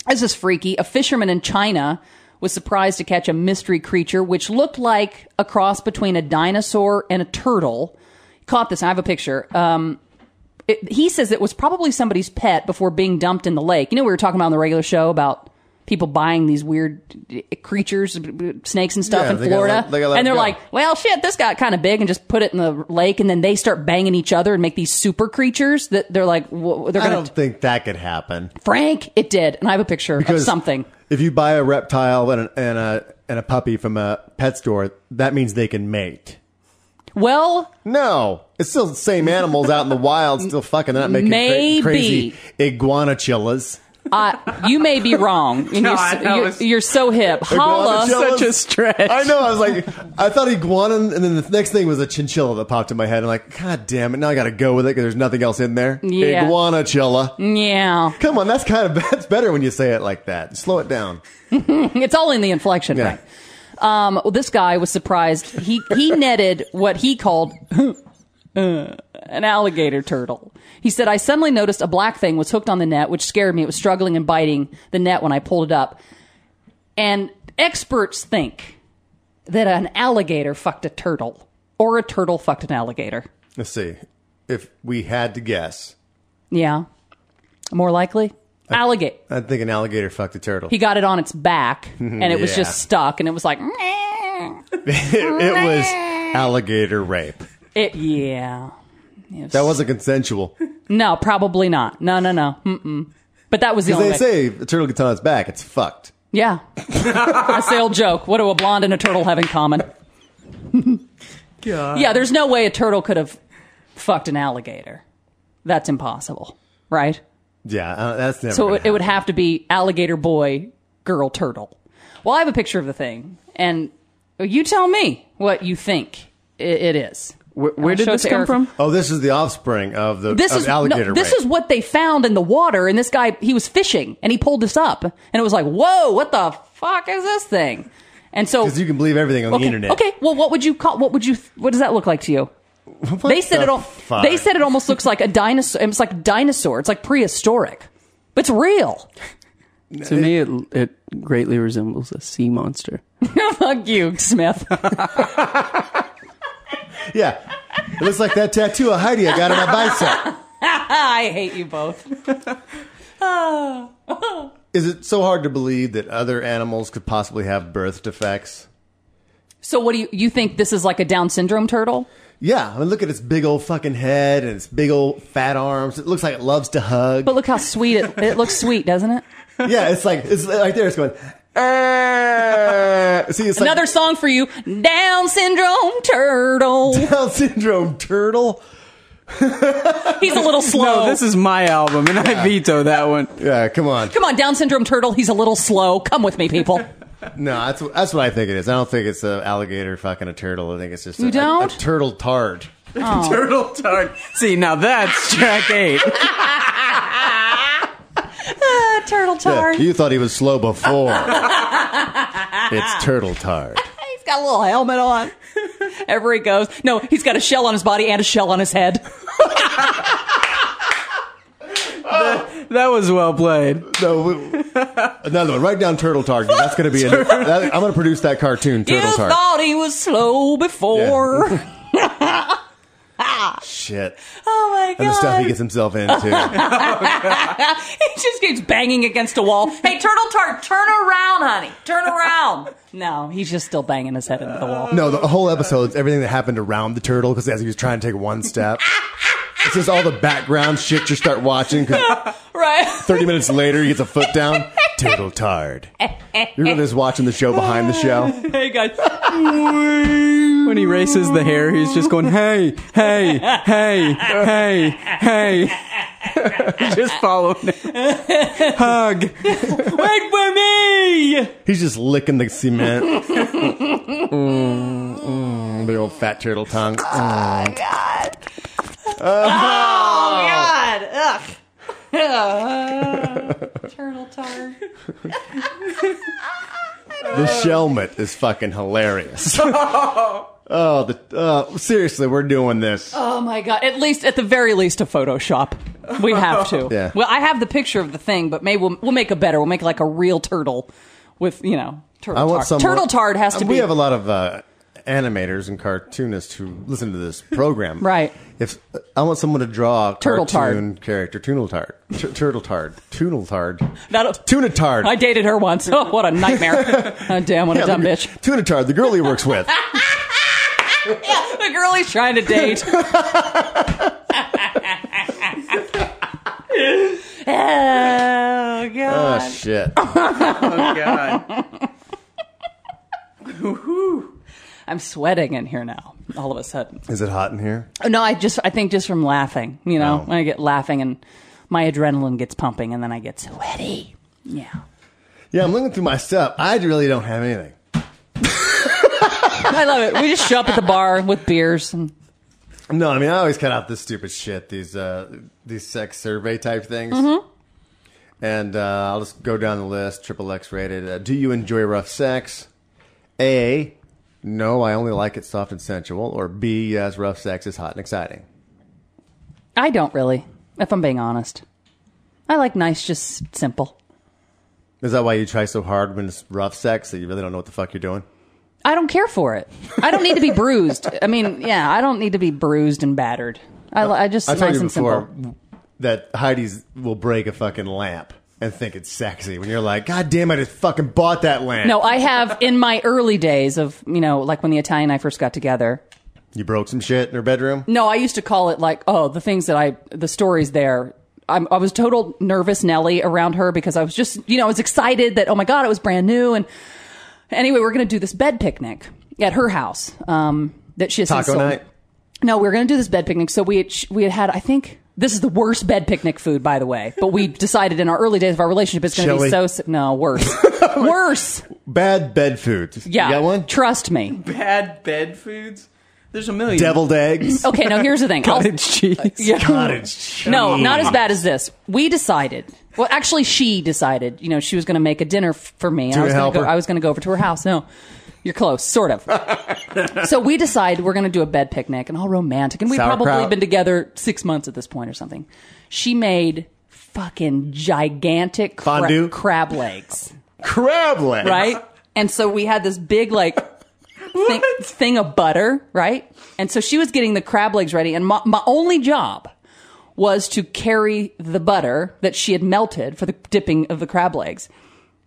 C: this is freaky. A fisherman in China was surprised to catch a mystery creature which looked like a cross between a dinosaur and a turtle. Caught this. I have a picture. Um, it, he says it was probably somebody's pet before being dumped in the lake. You know, we were talking about on the regular show about people buying these weird uh, creatures, snakes and stuff
B: Yeah,
C: in
B: they gotta
C: Florida,
B: let- they gotta let
C: and
B: it
C: they're
B: go.
C: like, well, shit, this got kind of big and just put it in the lake, and then they start banging each other and make these super creatures that they're like, wha- they're
B: I
C: gonna.
B: don't think that could happen.
C: Frank, it did, and I have a picture of something.
B: If you buy a reptile and, a- and a and a puppy from a pet store, that means they can mate.
C: Well,
B: No, it's still the same animals out in the wild, still fucking. They're not making
C: Maybe.
B: cra- crazy iguanachillas.
C: I, you may be wrong. And you're,
D: God,
C: s-
D: that
C: you're,
D: was-
C: you're so hip. Holla.
B: Iguanachillas?
D: Such a stretch.
B: I know. I was like, I thought iguana, and then the next thing was a chinchilla that popped in my head. I'm like, God damn it! Now I got to go with it because there's nothing else in there.
C: Yeah.
B: Iguana chilla.
C: Yeah.
B: Come on, that's kind of that's better when you say it like that. Slow it down.
C: It's all in the inflection,
B: Yeah.
C: right? Um, well, this guy was surprised. He he netted what he called uh, an alligator turtle. He said, "I suddenly noticed a black thing was hooked on the net, which scared me. It was struggling and biting the net when I pulled it up." And experts think that an alligator fucked a turtle, or a turtle fucked an alligator.
B: Let's see. If we had to guess,
C: Yeah, more likely alligator.
B: I think an alligator fucked a turtle.
C: He got it on its back, and it
B: Mm-hmm.
C: was
B: Yeah.
C: just stuck, and it was like. "Meow."
B: it, it was alligator rape.
C: It yeah.
B: That wasn't consensual.
C: No, probably not. No, no, no. Mm-mm. But that was the only.
B: They
C: way.
B: say if a turtle gets on its back, it's fucked.
C: yeah. That's the old joke. What do a blonde and a turtle have in common? Yeah, there's no way a turtle could have fucked an alligator. That's impossible, right?
B: Yeah, uh, that's never.
C: So
B: gonna
C: it, it would
B: happen.
C: have to be alligator boy, girl turtle. Well, I have a picture of the thing, and you tell me what you think i- it is.
D: Where, where did
C: Show it
D: this
C: to
D: come
C: Eric.
D: from?
B: Oh, this is the offspring of the
C: this
B: of
C: is no,
B: alligator rape.
C: this is what they found in the water and this guy he was fishing and he pulled this up and it was like whoa what the fuck is this thing and so
B: because you can believe everything on
C: okay,
B: the internet.
C: okay well what would you call what would you what does that look like to you they said
B: the
C: it al-
B: fuck?
C: they said it almost looks like a dinosaur it's like dinosaur it's like prehistoric but it's real
D: To me, it, it greatly resembles a sea monster.
C: fuck you smith
B: Yeah. It looks like that tattoo of Heidi I got on my bicep.
C: i hate you both
B: Is it so hard to believe that other animals could possibly have birth defects?
C: so what do you you think this is like a down syndrome turtle
B: Yeah, I mean, look at its big old fucking head and its big old fat arms. It looks like it loves to hug.
C: But look how sweet it. It looks sweet, doesn't it?
B: yeah, it's like it's right there. It's going. "Ah." See, it's like
C: Another song for you, Down Syndrome Turtle.
B: Down syndrome turtle.
C: He's a little slow.
D: No, Oh, this is my album, and I veto that one.
B: Yeah, come on.
C: Come on, Down Syndrome Turtle. He's a little slow. Come with me, people.
B: No, that's that's what I think it is. I don't think it's an alligator fucking a turtle. I think it's just a,
C: You
B: a-
C: don't?
B: a turtle tard.
D: Turtle Tart. See, now that's track eight.
C: Ah, turtle
B: Yeah,
C: tard.
B: you thought he was slow before. it's turtle tard.
C: He's got a little helmet on. Ever he goes. No, he's got a shell on his body and a shell on his head.
D: That was well played.
B: No, we- another one. Write down turtle tard. 'cause That's going to be. A, that, I'm going to produce that cartoon
C: You
B: turtle tard.
C: thought he was slow before.
B: Shit.
C: Oh my god.
B: And the stuff he gets himself into.
C: He just keeps banging against a wall. Hey, Turtle Tart, turn around, honey. Turn around. No, he's just still banging his head into the wall.
B: no, the whole episode, everything that happened around the turtle because as he was trying to take one step. It's just all the background shit you start watching 'cause
C: Right?
B: 30 minutes later he gets a foot down. Turtle tard. You're really just watching the show behind the show.
C: Hey guys.
D: When he races the hair, he's just going, hey, hey, hey, hey, hey. just following it. Hug.
C: Wait for me.
B: He's just licking the cement. mm, mm, big old fat turtle tongue. Mm.
C: God. Ugh. Ugh. turtle Tart.
B: The Shelmet is fucking hilarious. oh, the, uh, seriously, we're doing this.
C: Oh my god. At least at the very least a Photoshop. We have to.
B: Yeah.
C: Well, I have the picture of the thing, but maybe we'll, we'll make a better. We'll make like a real turtle with, you know, turtle
B: I want
C: tart.
B: some
C: turtle tart has to
B: We
C: be
B: have a lot of uh, animators and cartoonists who listen to this program,
C: Right.
B: If I want someone to draw a
C: Turtle tard.
B: cartoon character, Toonal Tard, Tur- Turtle Tard, Toonal Tard,
C: That'll-
B: Tuna Tard.
C: I dated her once. Oh, what a nightmare. oh, damn, what a
B: Yeah,
C: dumb
B: the-
C: bitch.
B: Tuna Tard, the girl he works with.
C: the girl he's trying to date. oh god!
B: oh shit!
D: Oh, God.
C: I'm sweating in here now. All of a sudden.
B: Is it hot in here?
C: No, I just I think just from laughing. You know,
B: Oh.
C: I get laughing and my adrenaline gets pumping, and then I get sweaty. Yeah.
B: Yeah, I'm looking through my stuff. I really don't have anything.
C: I love it. We just show up at the bar with beers and
B: No, I mean I always cut out this stupid shit, these uh, these sex survey type things.
C: Mm-hmm.
B: And uh, I'll just go down the list. Triple X rated. Uh, do you enjoy rough sex? A. No, I only like it soft and sensual. Or B. Yes, rough sex is hot and exciting.
C: I don't really, if I'm being honest. I like nice, just simple.
B: Is that why you try so hard when it's rough sex that you really don't know what the fuck you're doing?
C: I don't care for it. I don't need to be bruised. I mean, yeah, I don't need to be bruised and battered. I, li- I just
B: I told
C: nice
B: you
C: and
B: before
C: simple.
B: that Heidi's will break a fucking lamp and think it's sexy when you're like, God damn, I just fucking bought that lamp.
C: No, I have in my early days of you know, like when the Italian and I first got together.
B: you broke some shit in her bedroom.
C: No, I used to call it like, oh, the things that I, the stories there. I'm, I was total nervous Nelly around her because I was just, you know, I was excited that oh my god, it was brand new. And anyway, we're gonna do this bed picnic at her house. Um, that she has since
B: Taco
C: sold-
B: night.
C: No, we were going to do this bed picnic. So we had, we had had, I think, this is the worst bed picnic food, by the way. But we decided in our early days of our relationship, it's going to be
B: Chili.
C: so si- no worse, worse.
B: Bad bed food.
C: Yeah,
B: You got one?
C: Trust me.
D: Bad bed foods? There's a million.
B: Deviled eggs.
C: Okay, now here's the thing. I'll-
D: cottage cheese.
C: yeah.
B: Cottage cheese.
C: No, not as bad as this. We decided. Well, actually, she decided. You know, she was going to make a dinner f- for me. And I
B: you
C: was gonna
B: help
C: go.
B: her?
C: I was going to go over to her house. No, you're close, sort of. so we decide we're going to do a bed picnic and all romantic. And we've probably
B: Sauerkraut.
C: been together six months at this point or something. She made fucking gigantic cra-
B: Fondue?
C: crab legs,
B: Crab legs.
C: right? and so we had this big like thing, thing of butter, right? And so she was getting the crab legs ready, and my, my only job was to carry the butter that she had melted for the dipping of the crab legs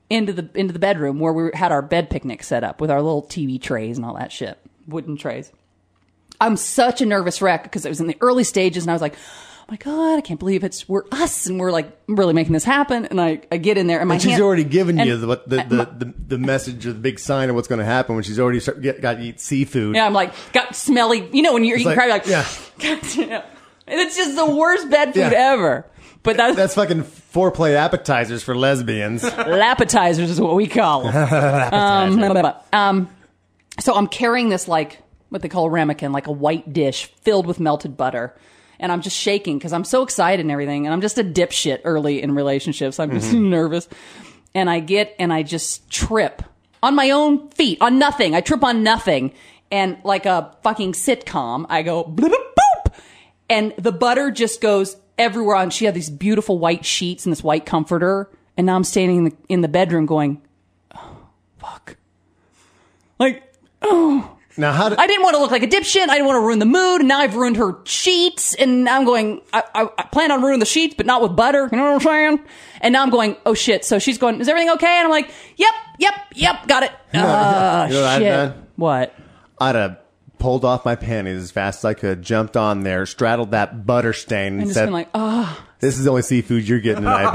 C: into the into the bedroom where we had our bed picnic set up with our little TV trays and all that shit, wooden trays. I'm such a nervous wreck because it was in the early stages and I was like, oh my God, I can't believe it's, we're us and we're like really making this happen. And I, I get in there and my
B: And she's
C: hand-
B: already given
C: and-
B: you the, what the, the, the, the message or the big sign of what's going to happen when she's already start, get, got to eat seafood.
C: Yeah, I'm like, got smelly. You know, when you're eating
B: like-
C: crab, you're
B: yeah.
C: like, God damn. And it's just the worst bad food
B: Yeah.
C: ever. But that's,
B: That's fucking foreplay appetizers for lesbians.
C: appetizers is what we call them. um, blah, blah, blah. Um, so I'm carrying this like what they call a ramekin, like a white dish filled with melted butter. And I'm just shaking because I'm so excited and everything. And I'm just a dipshit early in relationships. I'm just nervous. And I get and I just trip on my own feet, on nothing. I trip on nothing. And like a fucking sitcom, I go bloop, boop. And the butter just goes everywhere. And she had these beautiful white sheets and this white comforter. And now I'm standing in the, in the bedroom going, oh, fuck. Like,
B: Now, how did,
C: I didn't want to look like a dipshit. I didn't want to ruin the mood. And now I've ruined her sheets. And now I'm going, I, I, I plan on ruining the sheets, but not with butter. You know what I'm saying? And now I'm going, oh shit. So she's going, is everything okay? And I'm like, yep, yep, yep, got it. Ah,
B: You know what I'd
C: shit.
B: done?
C: What?
B: I'd have pulled off my panties as fast as I could, jumped on there, straddled that butter stain, and,
C: And just
B: said,
C: been like, oh,
B: "This is the only seafood you're getting tonight,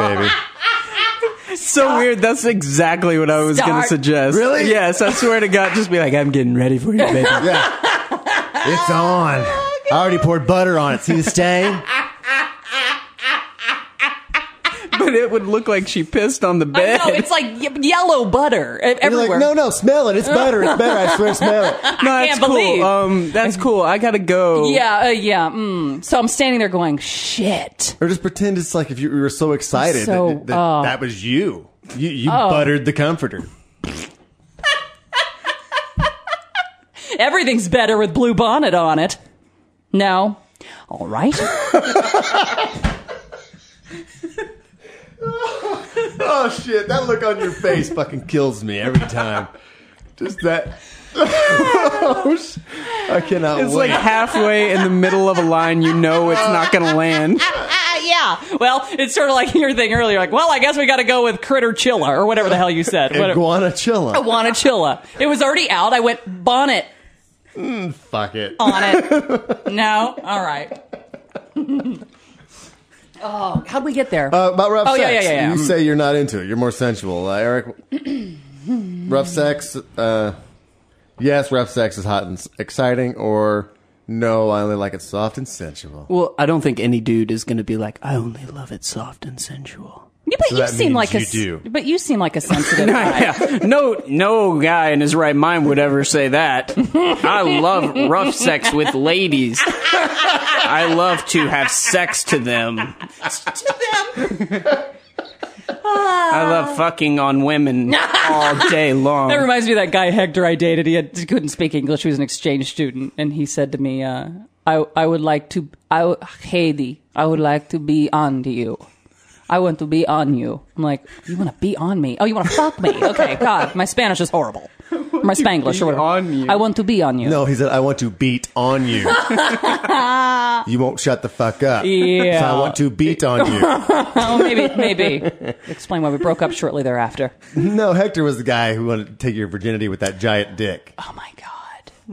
B: baby."
D: So weird. That's exactly what I was going
C: Start.
D: to suggest.
B: Really?
D: Yes. I swear to God, just be like, I'm getting ready for you, baby.
B: yeah, it's on. I already poured butter on it. See the stain?
D: but it would look like she pissed on the
C: I
D: bed.
C: know. It's like y- yellow butter e-
B: You're
C: everywhere.
B: like, no, no, smell it. It's butter. It's better. I swear, smell it.
D: no,
C: I
D: that's
C: can't believe.
D: cool. Um, that's cool. I gotta go.
C: Yeah, uh, yeah. Mm. So I'm standing there going, shit.
B: Or just pretend it's like if you were so excited
C: So,
B: that, that,
C: oh.
B: that was you. You, you buttered the comforter.
C: Everything's better with blue bonnet on it. No. All right.
B: Oh shit! That look on your face fucking kills me every time. Just that. Oh, I cannot
D: It's
B: wait.
D: like halfway in the middle of a line. You know it's not gonna land.
C: yeah. Well, it's sort of like your thing earlier. Like, well, I guess we got to go with Critter Chilla or whatever the hell you said. Whatever.
B: Guanachilla.
C: Guanachilla. It was already out. I went bonnet
B: Fuck it.
C: on it. no. All right. oh, how'd we get there?
B: Uh, about rough
C: Oh, yeah,
B: sex.
C: yeah, yeah, yeah.
B: You
C: Mm.
B: say you're not into it. You're more sensual, uh, Eric. rough sex. Uh, yes, rough sex is hot and s- exciting. Or no, I only like it soft and sensual.
D: Well, I don't think any dude is gonna be like, I only love it soft and sensual.
C: yeah, but
B: so
C: you
B: that
C: seem
B: means
C: like a.
B: you
C: s-
B: do.
C: But you seem like a sensitive guy.
D: No, no guy in his right mind would ever say that. I love rough sex with ladies. I love to have sex to them. I love fucking on women all day long.
C: That reminds me of that guy Hector I dated. He, had, he couldn't speak English. He was an exchange student, and he said to me, uh, "I I would like to I w- Heidi, I would like to be on to you. I want to be on you." I'm like, "You want to be on me? Oh, you want to fuck me? Okay, God, my Spanish is horrible. Or my Spanglish
D: be
C: or whatever.
D: on you.
C: I want to be on you.
B: No, he said, I want to beat on you. you won't shut the fuck up.
C: Yeah.
B: So I want to beat on you.
C: Oh, maybe maybe explain why we broke up shortly thereafter.
B: no, Hector was the guy who wanted to take your virginity with that giant dick.
C: Oh my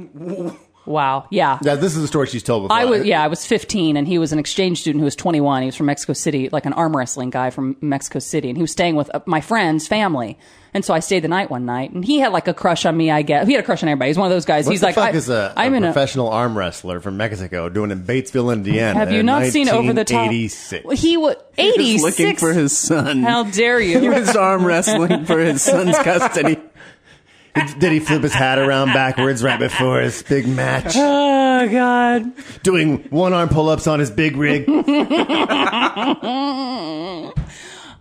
C: God. Wow. Yeah.
B: Now, this is a story she's told before.
C: I was yeah, I was 15, and he was an exchange student who was 21. He was from Mexico City, like an arm wrestling guy from Mexico City, and he was staying with uh, my friend's family. And so I stayed the night one night, and he had like a crush on me. I guess he had a crush on everybody. He's one of those guys.
B: What
C: He's
B: the
C: like,
B: fuck
C: I,
B: is a,
C: I'm
B: a
C: in a
B: professional arm wrestler from Mexico doing in Batesville, Indiana?
C: have you
B: in
C: not seen over the top?
B: 1986?
C: Well, He was
D: He's
C: 86.
D: looking for his son.
C: How dare
D: he
C: you?
D: was arm wrestling for his son's custody.
B: Did, did he flip his hat around backwards right before his big match?
D: Oh God!
B: Doing one arm pull ups on his big rig.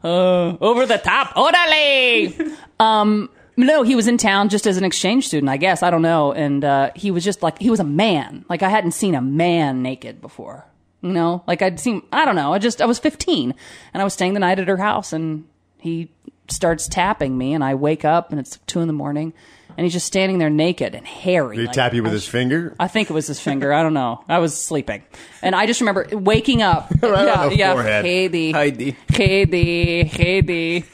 C: over the top. Orale. um, no, he was in town just as an exchange student, I guess. I don't know. And uh, he was just like he was a man. Like I hadn't seen a man naked before. You know, like I'd seen. I don't know. I just I was 15, and I was staying the night at her house, and he starts tapping me, and I wake up, and it's two in the morning, and he's just standing there naked and hairy.
B: Did he
C: like,
B: tap you with
C: I-
B: his finger?
C: I think it was his finger. I don't know. I was sleeping, and I just remember waking up.
B: Right on
C: yeah,
B: the
C: yeah.
B: forehead.
C: Heidi,
D: Heidi.
C: Heidi, Heidi.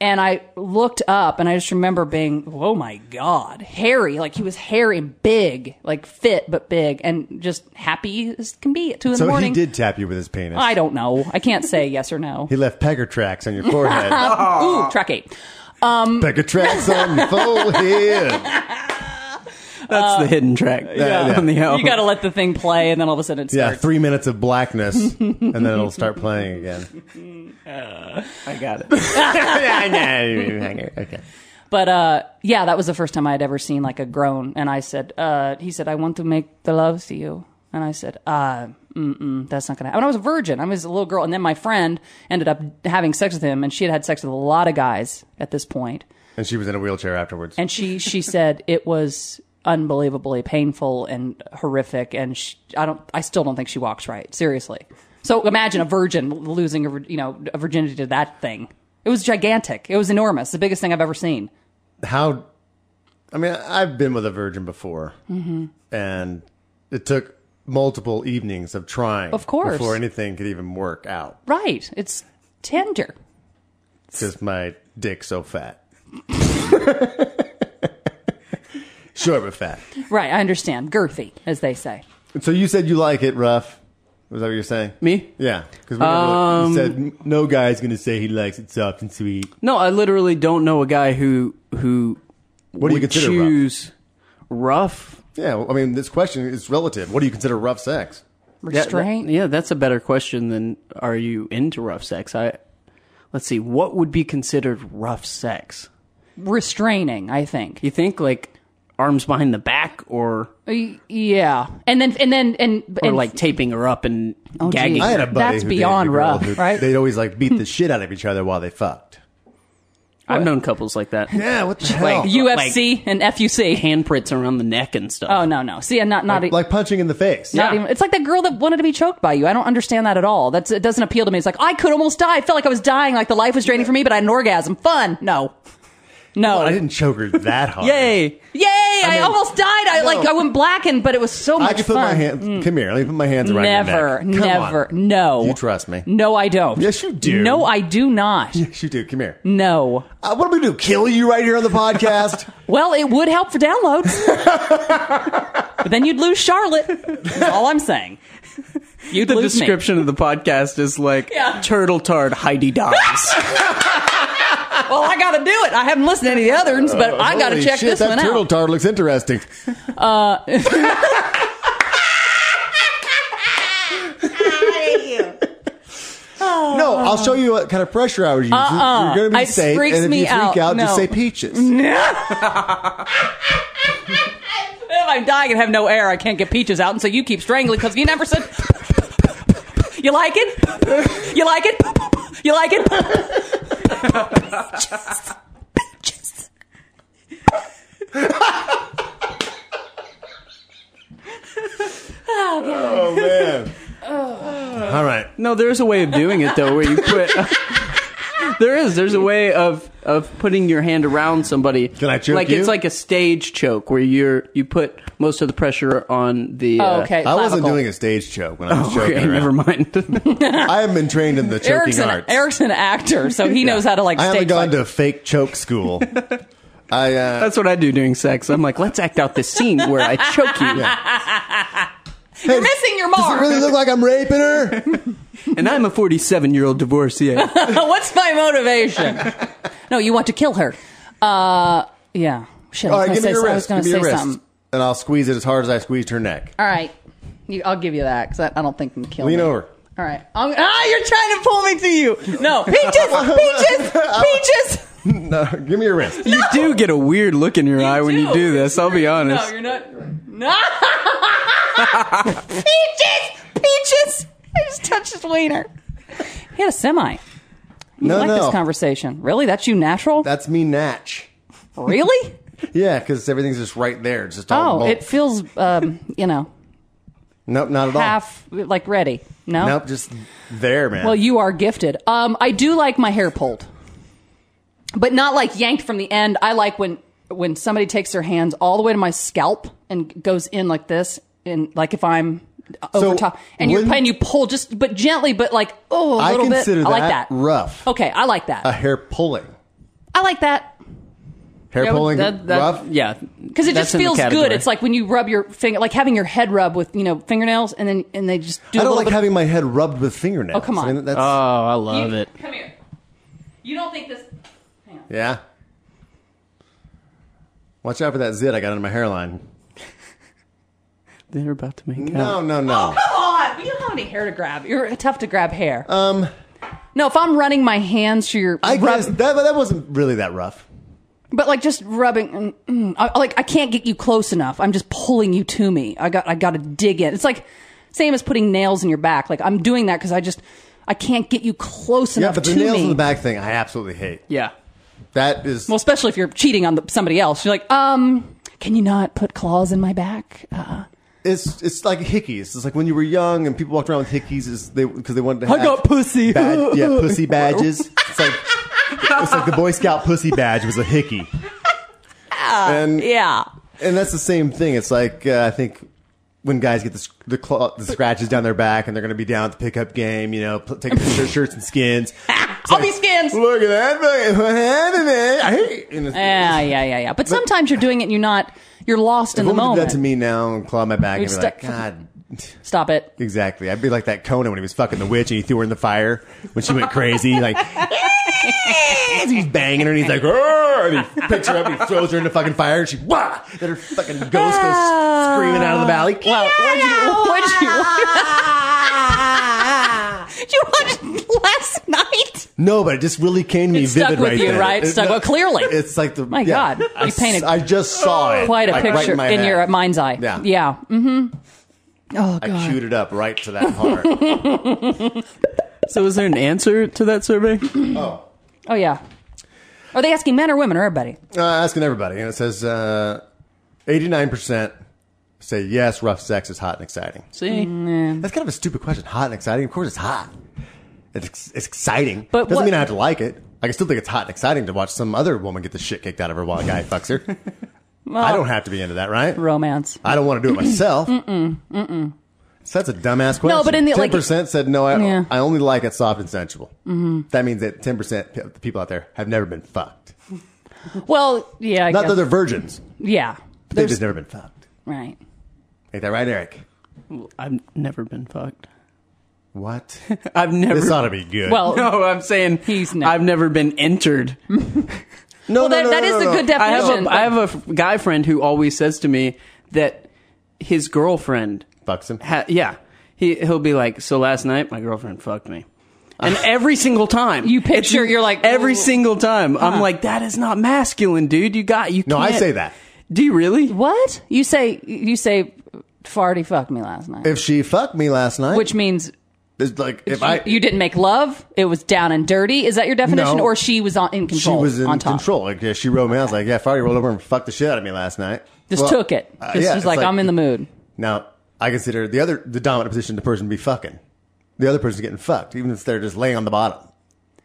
C: And I looked up and I just remember being, oh my God, hairy. Like he was hairy and big, like fit, but big and just happy as can be at two in
B: So
C: the morning.
B: he did tap you with his penis.
C: I don't know. I can't say yes or no.
B: he left pecker tracks on your forehead.
C: Ooh, track eight.
B: pecker tracks on your forehead.
D: That's the hidden track
B: yeah.
D: on the album.
C: Uh, You got to let the thing play and then all of a sudden it
B: Oh. Yeah,
C: starts.
B: three minutes of blackness, and then it'll start playing again.
D: I got it.
B: okay.
C: But uh, yeah, that was the first time I had ever seen like a groan. And I said, uh, he said, I want to make the love to you. And I said, uh, mm-mm, that's not gonna happen. When I was a virgin, I was a little girl, and then my friend ended up having sex with him, and she had had sex with a lot of guys at this point.
B: And she was in a wheelchair afterwards.
C: And she she said it was unbelievably painful and horrific, and she, I don't, I still don't think she walks right. Seriously. So imagine a virgin losing, a, vir- you know, a virginity to that thing. It was gigantic. It was enormous. The biggest thing I've ever seen.
B: how i mean i've been with a virgin before
C: Mm-hmm.
B: and it took multiple evenings of trying
C: Of course.
B: before anything could even work out
C: Right. It's tender.
B: because my dick's so fat short but fat
C: Right. I understand. Girthy, as they say.
B: so you said you like it rough was that what you're saying
D: Me?
B: yeah because we never really- you
C: Um,
B: said no guy's gonna say he likes it soft and sweet
D: No, I literally don't know a guy who who
B: what do you
D: would
B: consider
D: choose rough.
B: rough yeah well, i mean this question is relative what do you consider rough sex
D: That-
C: Restraint.
D: that- yeah, that's a better question than are you into rough sex? I let's see, what would be considered rough sex?
C: Restraining, I think.
D: You think like arms behind the back or
C: Y- Yeah. And then, and then, and,
D: or
C: and Oh,
D: like taping her up and gagging
C: geez.
B: I
D: her?
B: had a buddy
C: That's
B: who dated
C: beyond
B: a girl
C: rough,
B: who-
C: right?
B: They'd always like beat the shit out of each other while they fucked.
D: I've known couples like that.
B: Yeah, what the hell?
C: UFC and FUC.
D: Handprints around the neck and stuff.
C: Oh, no, no. See, I'm not, not,
B: like punching in the face.
C: not
D: yeah.
C: even, it's like that girl that wanted to be choked by you. I don't understand that at all. That's, it doesn't appeal to me. It's like, I could almost die. I felt like I was dying, like the life was draining for me, but I had an orgasm. Fun. No. No.
B: I didn't choke her that hard.
D: Yay!
C: Yay. I,
B: mean,
C: almost died. I like, I went blackened, but it was so much
B: I can put
C: fun. Mm.
B: my hands. Come here. Let me put my hands around
C: Never,
B: your neck. Come
C: never,
B: on.
C: no.
B: You trust me?
C: No, I don't.
B: Yes, you do.
C: No, I do not.
B: Yes, you do. Come here.
C: No.
B: Uh, what do we do? Kill you right here on the podcast?
C: Well, it would help for downloads. but then you'd lose Charlotte. That's all I'm saying. You'd
D: The
C: lose
D: description of the podcast is like
C: Yeah.
D: turtle tard Heidi dies.
C: me. Well, I got to do it. I haven't listened to any others, but I got
B: Uh,
C: to
B: Holy
C: check
B: shit,
C: this
B: that
C: one
B: turtle
C: out. Uh,
B: tart looks interesting. No, I'll show you what kind of pressure I would use.
C: Uh-uh.
B: You're going to be
C: It
B: safe.
C: freaks
B: and if
C: me
B: you freak
C: out.
B: out, just
C: No.
B: say peaches.
C: if I'm dying and have no air, I can't get peaches out, and so you keep strangling because you never said. You like it? You like it? You like it?
B: Oh man. All right.
D: No, there's a way of doing it though, where you put. there is. There's a way of of putting your hand around somebody. Can
B: I choke
D: Like
B: you?
D: it's like a stage choke where you're you put most of the pressure on the.
C: Oh,
D: uh,
C: okay.
B: I wasn't
C: clavicle.
B: doing a stage choke when I was choking.
D: Okay,
B: around.
D: never mind.
B: I have been trained in the choking
C: Eric's an,
B: arts.
C: Eric's an actor, so he knows how to like
B: I haven't
C: stage
B: gone
C: like,
B: to fake choke school. I uh,
D: That's what I do during sex. I'm like, let's act out this scene where I choke you,
B: You're
C: missing your
B: Does
C: mark.
B: it really look like I'm raping her?
D: and I'm a 47 year old divorcee.
C: What's my motivation? no, you want to kill her. Uh, yeah. Shit, I
B: All
C: was
B: right, give
C: gonna
B: me
C: say,
B: your
C: I was
B: wrist.
C: gonna
B: Give me your
C: say
B: wrist,
C: something.
B: and I'll squeeze it as hard as I squeezed her neck.
C: All right. You, I'll give you that because I, I don't think you can kill
B: Lean
C: me.
B: over.
C: All right. I'm, ah, you're trying to pull me to you. No. Peaches! Peaches! Peaches!
B: No, give me your wrist.
D: You do get a weird look in your eye when you do this. I'll be honest.
C: No, you're not. No! Peaches! Peaches! I just touched his wiener. He had a semi.
B: No,
C: I like
B: no,
C: this conversation. Really? That's you natural?
B: that's me, Natch.
C: really?
B: Yeah, because everything's just right there. It's just all.
C: Oh,
B: bulk.
C: it feels, um, you know,
B: nope, not at all.
C: half like ready. No?
B: Nope, just there, man.
C: Well, you are gifted. Um, I do like my hair pulled, but not like yanked from the end. I like when when somebody takes their hands all the way to my scalp and goes in like this, and like if I'm
B: So,
C: over top, and you're
B: wouldn't-
C: and you pull just but gently, but like oh a
B: I
C: little bit.
B: consider
C: I like
B: that
C: that Oh.
B: rough. Uh,
C: Okay, I like that.
B: a hair pulling.
C: I like that
B: Hair
D: Yeah,
B: pulling
D: that- that-
B: rough.
D: Yeah,
C: because it just feels good. It's like when you rub your finger, like having your head rub with you know fingernails, and then and they just do.
B: I don't
C: a little
B: like
C: bit-
B: having my head rubbed with fingernails.
C: Oh, come
B: I
C: on.
B: mean, that's,
D: Oh, I love
C: You-
D: it.
C: Come here. You don't think this?
B: yeah. Watch out for that zit I got in my hairline.
D: They're about to make
B: No,
D: out.
B: no, no.
C: Come on, you don't have any hair to grab. You're tough to grab hair. Um. No, if I'm running my hands through your,
B: I
C: rub-
B: guess that, that wasn't really that rough.
C: but like just rubbing, mm, mm, I, like I can't get you close enough. I'm just pulling you to me. I got, I got to dig in. It's like same as putting nails in your back. Like I'm doing that because I just, I can't get you close
B: Yeah,
C: enough
B: but the
C: to
B: nails
C: me.
B: in the back thing, I absolutely hate.
D: Yeah.
B: That is.
C: Well, especially if you're cheating on the, somebody else. You're like, um, can you not put claws in my back? Uh,
B: It's it's like hickeys. It's like when you were young and people walked around with hickeys is they because they wanted to.
D: I
B: Have
D: got pussy.
B: Bad, yeah, pussy badges. It's like it's like the Boy Scout pussy badge was a hickey.
C: Ah.
B: And
C: yeah.
B: and that's the same thing. It's like uh, I think when guys get the sc- the, claw, the scratches down their back and they're going to be down at the pickup game, you know, pl- taking off their shirts and skins.
C: I'll be skins.
B: Look at that! Look at what happened there. I hate. And it's-
C: Yeah, yeah, yeah, yeah. But sometimes you're doing it and you're not, you're lost in
B: if a
C: the
B: woman did
C: moment.
B: that to me now and claw my back and
C: You're
B: be like,
C: stuck-
B: God.
C: Stop it.
B: Exactly. I'd be like that Conan when he was fucking the witch and he threw her in the fire when she went crazy. Like, he's banging her and he's like, "Arr!" and he picks her up and he throws her in the fucking fire and she, wah! Then her fucking ghost goes screaming out of the valley.
C: Well, what'd you, what'd you, did you watch last night?
B: No, but it just really came to me
C: It stuck
B: vivid
C: with
B: right
C: you,
B: there.
C: right?
B: It's
C: Stuck- well, clearly.
B: It's like the.
C: My
B: yeah.
C: God. You
B: I s-
C: painted
B: I just saw it.
C: Quite a
B: like, right
C: picture
B: my
C: in,
B: head.
C: your mind's eye.
B: Yeah.
C: Yeah. Mm.
B: I chewed it up right to that part. I
D: So, is there an answer to that survey?
C: Oh, yeah. Are they asking men or women or everybody?
B: uh, asking everybody, and it says uh, 89% say yes, rough sex is hot and exciting.
D: See,
B: That's kind of a stupid question. Hot and exciting. Of course, it's hot. It's, it's exciting.
C: But
B: doesn't
C: what-
B: mean I have to like it. I can still think it's hot and exciting to watch some other woman get the shit kicked out of her while a guy fucks her. I don't have to be into that, right?
C: Romance.
B: I don't want to do it myself. mm-mm, mm-mm. So that's a dumbass question.
C: but in the, like-
B: ten percent said no. I,
C: Yeah.
B: I only like it soft and sensual. Mm-hmm. That means that ten percent of the people out there have never been fucked.
C: Well, yeah. I
B: Not
C: guess.
B: that they're virgins.
C: yeah.
B: But they've just never been fucked.
C: Right.
B: Ain't that right, Eric?
D: I've never been fucked.
B: What?
D: I've never.
B: this ought to be good.
C: Well,
D: no, I'm saying
C: He's never-
D: I've never been entered.
B: no,
C: well, that- that is a good
D: I have
C: Definition,
D: a I have a f- guy friend who always says to me that his girlfriend
B: Fucks him.
D: ha- yeah he he'll be like so last night my girlfriend fucked me. And every single time
C: You
D: It's-
C: picture- you're like,
D: every
C: "Ooh."
D: single time I'm like that is not masculine, dude. You got you.
B: No, I
D: can't-
B: say that.
D: Do you really?
C: What you say? You say, "Farty fucked me last night,"
B: If she fucked me last night,
C: which means
B: It's like if I
C: you didn't make love. It was down and dirty. Is that your definition,
B: No.
C: or she was on, in
B: she
C: control?
B: was in
C: on top.
B: control. Like yeah, she wrote me. I was like, yeah, Farty rolled over and fucked the shit out of me last night.
C: Just
B: Well,
C: took it.
B: uh,
C: Just was
B: it's
C: like, I'm in the mood.
B: Now I consider the other the dominant position the person to be fucking. The other person's getting fucked, even if they're just laying on the bottom.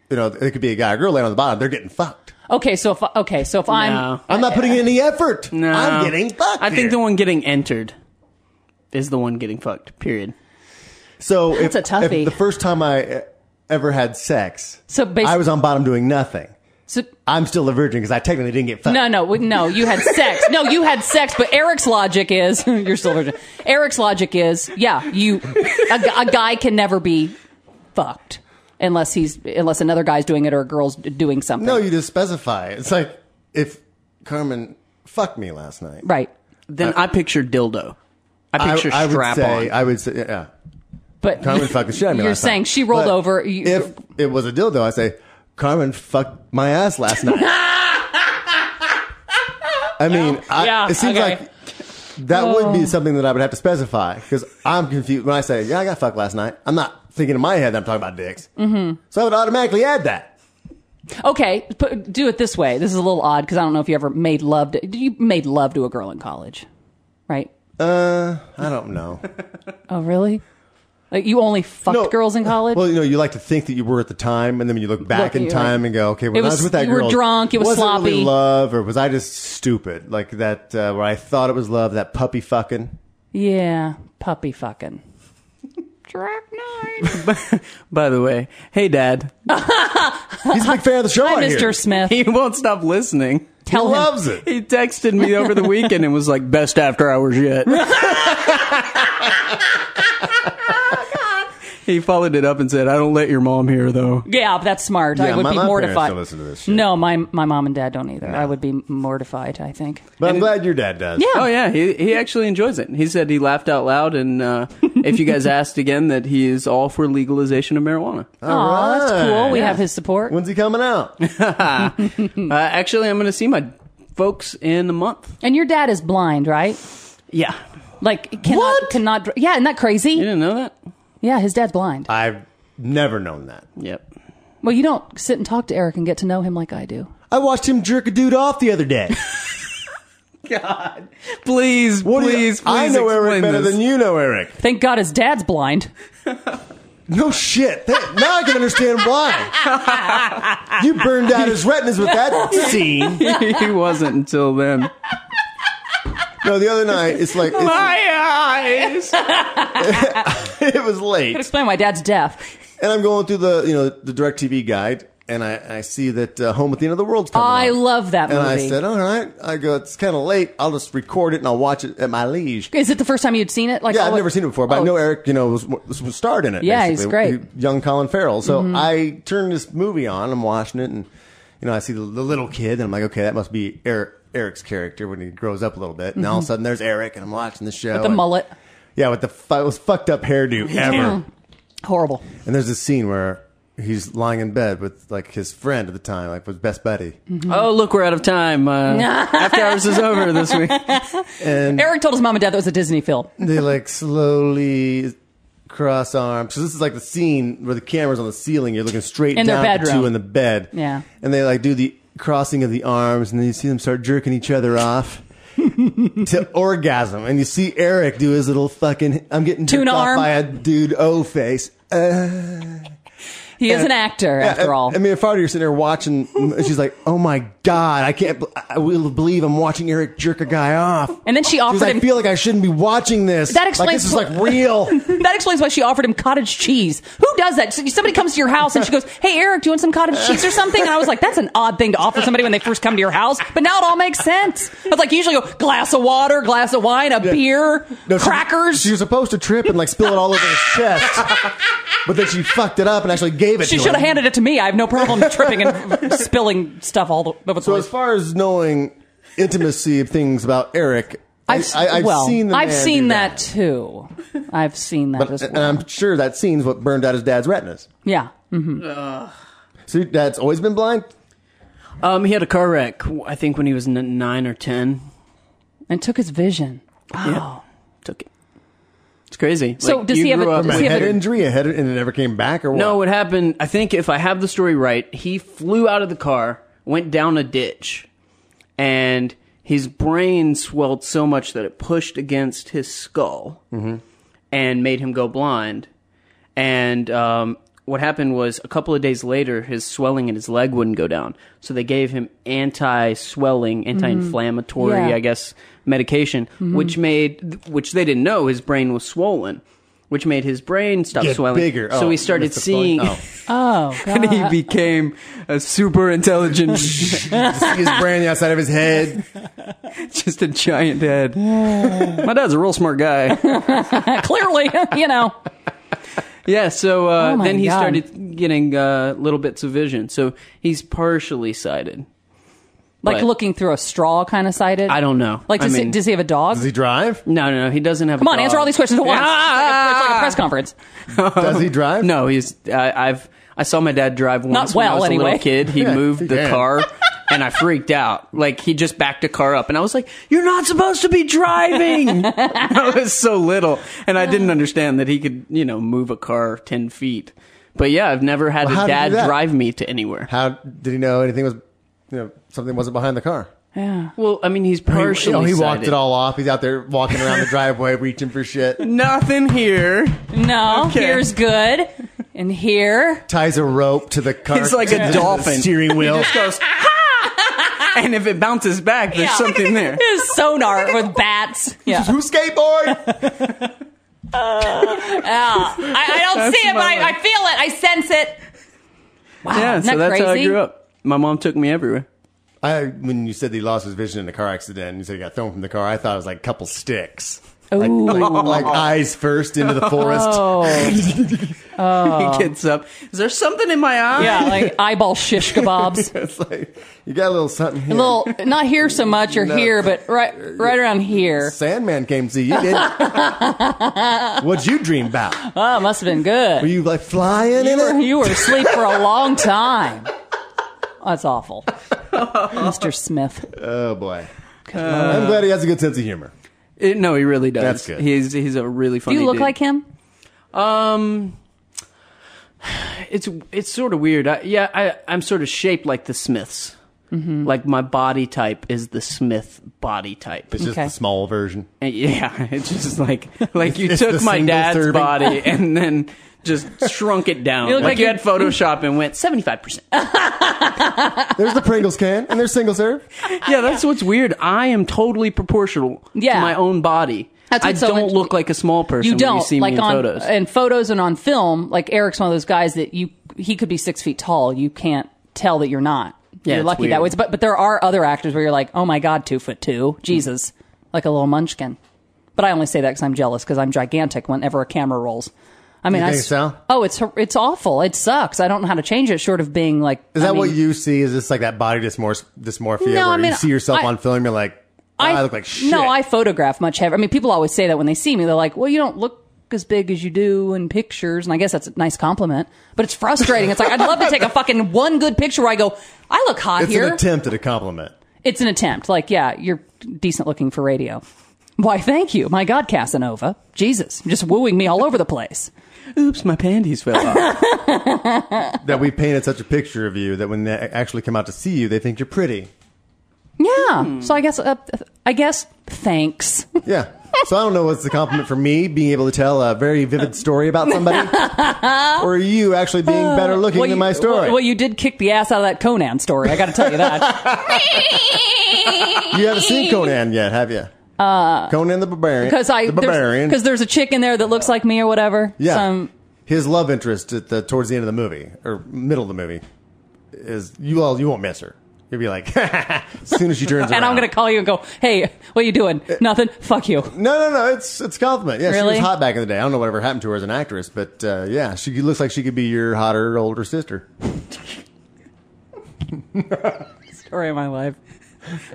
B: You know, it could be a guy or girl laying on the bottom. They're getting fucked.
C: Okay, so if okay, so if I'm
D: No.
B: I'm not putting in any effort.
D: No.
B: I'm getting fucked.
D: I think
B: here.
D: the one getting entered is the one getting fucked. Period.
B: So it's
C: a toughie.
B: the first time I uh, ever had sex,
C: So basi-
B: I was on bottom doing nothing.
C: so,
B: I'm still a virgin because I technically didn't get fucked.
C: no, no, we- no. You had sex. No, you had sex. But Eric's logic is you're still virgin. Eric's logic is yeah, you a, gu- a guy can never be fucked unless he's unless another guy's doing it or a girl's doing something.
B: No, you just specify. It's like if Carmen fucked me last night.
C: right.
D: Then I, picture dildo. I picture
B: I, I would
D: strap
B: say,
D: on.
B: I would say, yeah.
C: But
B: Carmen fucked the shit out of me
C: You're
B: last
C: saying
B: night.
C: she rolled
B: But
C: over, you-
B: if it was a dildo, I say, Carmen fucked my ass last night. I mean, I,
C: yeah,
B: it seems
C: okay. Oh.
B: like that would be something that I would have to specify because I'm confused when I say, yeah, I got fucked last night. I'm not thinking in my head that I'm talking about dicks. Mm-hmm. So I would automatically add that.
C: Okay, but do it this way. This is a little odd because I don't know if you ever made love. To, did you made love to a girl in college? Right?
B: Uh, I don't know.
C: Oh, really? Like you only fucked
B: No.
C: girls in college?
B: Well, you know, you like to think that you were at the time, and then when you look back
C: Look,
B: in
C: you're
B: time
C: right.
B: and go, okay, when
C: It
B: I
C: was-
B: was with that
C: you were
B: girl,
C: drunk, it was
B: was It
C: sloppy.
B: really love, or was I just stupid? Like that, uh, where I thought it was love, that puppy fucking.
C: yeah, puppy fucking.
D: By the way, hey, Dad,
B: He's a big fan of the show.
C: Hi,
B: I hear.
C: Mr. Smith.
D: he won't stop listening.
B: He
C: Tell him.
B: loves it.
D: He texted me over the weekend and was like, "Best after hours yet." he followed it up and said, "I don't let your mom hear though."
C: Yeah, that's smart. I
B: Yeah,
C: would
B: my-
C: be
B: my parents
C: mortified.
B: don't listen to this shit.
C: No, my my mom and dad don't either. I would be mortified. I think.
B: But I'm glad your dad does.
C: Yeah.
D: Oh yeah, he he actually enjoys it. He said he laughed out loud, and uh, if you guys asked again, that he is all for legalization of marijuana.
B: All
C: Aw, that's
B: right.
C: cool. We have his support.
B: When's he coming out?
D: Uh, actually, I'm going to see my folks in a month.
C: And your dad is blind, right?
D: Yeah,
C: Like cannot
D: What?
C: cannot. dr- Yeah, isn't that
D: you
C: crazy?
D: didn't know that?
C: Yeah, his dad's blind.
B: I've never known that.
D: Yep.
C: Well, you don't sit and talk to Eric and get to know him like I do.
B: I watched him jerk a dude off the other day.
D: God, please,
B: do you-
D: please, please.
B: I know Eric
D: explain
B: better
D: this.
B: than you know Eric.
C: Thank God his dad's blind.
B: No shit. That- now I can understand why. You burned out his retinas with that scene.
D: he wasn't until then.
B: No, the other night it's like it's,
D: My eyes.
B: it was late.
C: Explain why dad's deaf.
B: and I'm going through the you know the Directv guide, and I, I see that uh, Home at the End of the World's coming.
C: I
B: out.
C: love that
B: And I
C: movie.
B: said, all right. I go, it's kind of late. I'll just record it and I'll watch it at my liege.
C: Is it the first time you'd seen it? Like
B: Yeah,
C: all
B: I've
C: of-
B: never seen it before, but
C: Oh.
B: I know Eric, you know, was, was starred in it.
C: Yeah, he's
B: basically.
C: great. Mm-hmm.
B: He- young Colin Farrell. So I turned this movie on. I'm watching it, and you know, I see the, the little kid, and I'm like, okay, that must be Eric, Eric's character when he grows up a little bit. And all of a sudden, there's Eric, and I'm watching the show.
C: Mm-hmm. the
B: and-
C: mullet.
B: Yeah, with the fu- most fucked up hairdo ever.
C: Horrible.
B: And there's this scene where he's lying in bed with like his friend at the time, like his best buddy.
D: Oh, look, we're out of time. Uh, after hours is over this week.
B: And
C: Eric told his mom and dad that was a Disney film.
B: they like slowly cross arms. So this is like the scene where the camera's on the ceiling. You're looking straight
C: In their
B: down at the
C: bedroom.
B: two in the bed.
C: Yeah.
B: And they like do the crossing of the arms, and then you see them start jerking each other off. to orgasm, and you see Eric do his little fucking I'm getting
C: Tuna
B: jerked off
C: arm.
B: by a dude O face. Uh,
C: He is an actor, after all.
B: I, I mean, if I were you sitting there watching, and she's like, "Oh my god, I can't, bel- I will believe I'm watching Eric jerk a guy off."
C: and then
B: She
C: she
B: was
C: offered
B: like,
C: him.
B: I feel like I shouldn't be watching this.
C: That
B: like,
C: explains
B: this is
C: wh-
B: like real.
C: that explains why she offered him cottage cheese. Who does that? So- Somebody comes to your house and she goes, "Hey, Eric, do you want some cottage cheese or something?" And I was like, "That's an odd thing to offer somebody when they first come to your house." But now it all makes sense. I was like, you usually go glass of water, glass of wine, a beer,
B: No, she-
C: crackers.
B: She, was supposed to trip and like spill it all over his chest, but then she fucked it up and actually gave it.
C: she
B: to
C: should have
B: him.
C: handed it to me. I have no problem tripping and spilling stuff all the- over the
B: So as
C: place.
B: far as knowing intimacy of things about Eric, I,
C: I've,
B: I, have
C: well,
B: seen the
C: I've
B: man
C: seen
B: do
C: that. too. I've seen that as
B: and uh,
C: well.
B: I'm sure that scene's what burned out his dad's retinas.
C: yeah. mm-hmm.
B: So your dad's always been blind.
D: Um, he had a car wreck, I think, when he was n- nine or ten.
C: And took his vision. Oh.
D: Wow. Took it. It's crazy.
C: So does
D: you
C: he have a-
D: grew up
C: does
B: A
C: he
D: with-
C: have
B: head
C: a-
B: injury, a head, and it never came back, or what?
D: No, what happened, I think if I have the story right, he flew out of the car, went down a ditch, and his brain swelled so much that it pushed against his skull and made him go blind. And um, what happened was a couple of days later, his swelling in his leg wouldn't go down. So they gave him anti swelling, anti inflammatory,
C: Yeah.
D: I guess, medication, which made, which they didn't know his brain was swollen. Which made his brain stop
B: Get
D: swelling.
B: bigger.
D: So
B: Oh,
D: he started
B: that's the point.
D: seeing,
B: Oh.
C: Oh God.
D: and he became a super intelligent,
B: his brain outside of his head.
D: just a giant head. My dad's a real smart guy.
C: Clearly, you know.
D: Yeah, so uh,
C: Oh my
D: then he
C: God.
D: started getting uh, little bits of vision. So he's partially sighted.
C: Like
D: But-
C: looking through a straw, kind of sighted.
D: I don't know.
C: Like,
D: I
C: does, he,
D: mean-
C: does he have a dog?
B: Does he drive?
D: No, no, no. He doesn't have. Ah!
C: Come on, answer all these questions at once. It's, like a, it's like a press conference.
B: Does he drive?
D: No, he's. I, I've. I saw my dad drive once.
C: Not
D: when I
C: well,
D: was a
C: anyway.
D: little kid. He
B: Yeah,
D: moved the
B: yeah.
D: car, and I freaked out. Like he just backed a car up, and I was like, "You're not supposed to be driving." I was so little, and I didn't understand that he could, you know, move a car ten feet. But yeah, I've never had
B: Well, how
D: a
B: did you
D: dad
B: do that?
D: drive me to anywhere.
B: How did he know anything was, you know, something wasn't behind the car?
C: Yeah.
D: Well, I mean, he's
B: You
D: partially.
B: know, Oh, he walked
D: sighted.
B: it all off. He's out there walking around the driveway, reaching for shit.
D: Nothing here.
C: No,
D: Okay.
C: here's good. And here.
B: Ties a rope to the car.
D: He's like a
B: to the
D: dolphin.
B: steering wheel.
D: Just goes. "Ha!" and if it bounces back, there's
C: Ah. Yeah.
D: something there.
C: His sonar with bats. Yeah.
B: Who skateboard?
C: I, I don't see it, but I, I feel it. I sense it. Wow,
D: Yeah,
C: isn't that
D: so that's
C: crazy?
D: how I grew up. My mom took me everywhere.
B: I when you said that he lost his vision in a car accident, and you said he got thrown from the car. I thought it was like a couple sticks, like, like, like eyes first into
D: Oh.
B: the forest.
C: Oh.
D: He gets up. Is there something in my eye?
C: Yeah, like eyeball shish kebabs.
B: It's like you got a little something. Here.
C: A little, not here so much or
B: No.
C: here, but right, right around here.
B: Sandman came to see you. Did What'd you dream about?
C: Oh, must have been good.
B: Were you like flying in
C: You were,
B: it?
C: you were asleep for a long time. That's awful. Mr. Smith.
B: oh boy.
D: Uh,
B: I'm glad he has a good sense of humor.
D: It- no, he really does.
B: That's good.
D: He's he's a really
C: Do
D: funny.
C: you look
D: dude.
C: like him?
D: Um, it's it's sort of weird. I, yeah, I I'm sort of shaped like the Smiths. Like my body type is the Smith body type.
B: It's just
C: Okay.
B: the small version.
D: And yeah, it's just like like you
B: It's
D: took
B: the
D: my
B: single
D: dad's
B: serving.
D: body and then just shrunk it down.
C: You look
D: like,
C: like
D: you
C: you-
D: had Photoshop and went seventy five percent.
B: There's the Pringles can and there's single serve.
D: Yeah, that's what's weird. I am totally proportional to
C: Yeah.
D: my own body.
C: That's
D: I
C: what's so
D: don't
C: int-
D: look like a small person
C: You don't
D: when you see
C: like
D: me in
C: on
D: photos.
C: in photos and on film. Like Eric's one of those guys that you he could be six feet tall. You can't tell that you're not.
D: Yeah,
C: you're
D: it's
C: lucky that
D: weird.
C: way. It's- But but there are other actors where you're like, oh my god, two foot two, Jesus, like a little munchkin. But I only say that because I'm jealous because I'm gigantic whenever a camera rolls. I mean,
B: You
C: I
B: think
C: s-
B: so?
C: oh, it's it's awful. It sucks. I don't know how to change it short of being like.
B: Is
C: I
B: that what
C: mean-
B: you see? Is this like that body dysmor- dysmorphia
C: No, I
B: where
C: mean,
B: you see yourself
C: I-
B: on film? You're like, "Oh, I, look like shit.
C: No, I photograph much heavier. I mean, people always say that when they see me, they're like, "Well, you don't look as big as you do in pictures," and I guess that's a nice compliment, but it's frustrating. It's like I'd love to take a fucking one good picture where I go, "I look hot
B: It's
C: here."
B: an attempt at a compliment.
C: it's an attempt. Like, yeah, you're decent looking for radio. Why, thank you, my God, Casanova, Jesus, just wooing me all over the place.
D: Oops, my panties fell off.
B: That we painted such a picture of you that when they actually come out to see you, they think you're pretty.
C: Yeah.
B: Hmm.
C: So I guess, uh, I guess, thanks.
B: Yeah. So I don't know what's the compliment for me being able to tell a very vivid story about somebody, or you actually being better looking
C: Uh, Well,
B: than
C: you-
B: my story.
C: Well, well, you did kick the ass out of that Conan story. I got to tell you that.
B: you haven't seen Conan yet, have you? Uh, Conan the Barbarian.
C: because I
B: the Barbarian.
C: because there's a chick in there that looks like me or whatever. Um,
B: yeah,
C: Some-
B: his love interest at the towards the end of the movie or middle of the movie is you all you won't miss her. You'll be like, as soon as she turns
C: and I'm
B: around.
C: gonna call you and go, hey, what you doing?
B: Uh,
C: Nothing. Fuck you.
B: No, no, no. It's it's a compliment. Yeah,
C: Really?
B: she was hot back in the day. I don't know whatever happened to her as an actress, but uh, yeah, she looks like she could be your hotter older sister.
C: Story of my life,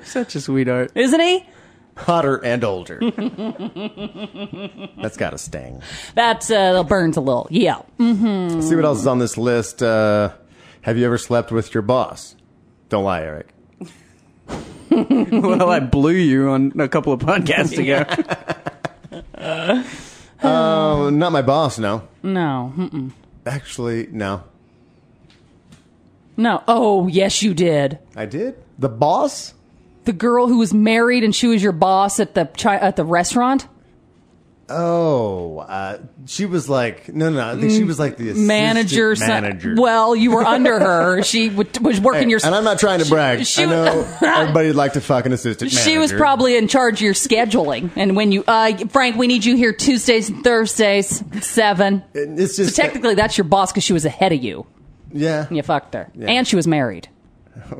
D: Such a sweetheart.
C: isn't he?
B: hotter and older. That's got a sting.
C: That uh, burns a little. Yeah.
B: Let's see what else is on this list. Uh, have you ever slept with your boss? Don't lie, Eric.
D: well, I blew you on a couple of podcasts ago.
B: Oh, not my boss. No,
C: No. Mm-mm.
B: actually, no.
C: No. Oh, yes, you did.
B: I did. The boss?
C: The girl who was married and she was your boss at the chi- at the restaurant.
B: Oh, uh, she was like no, no. I think she was like the assistant
C: Mm, Manager, so-
B: Manager.
C: Well, you were under her. She w- was working
B: Hey,
C: your.
B: and I'm not trying to brag.
C: she
B: I
C: was-
B: know everybody'd like to fuck an assistant.
C: She was
B: manager.
C: probably in charge of your scheduling. And when you, uh, Frank, we need you here Tuesdays and Thursdays, seven.
B: And It's
C: So
B: just
C: technically, that's your boss because she was ahead of you.
B: yeah.
C: You fucked her, and she was married.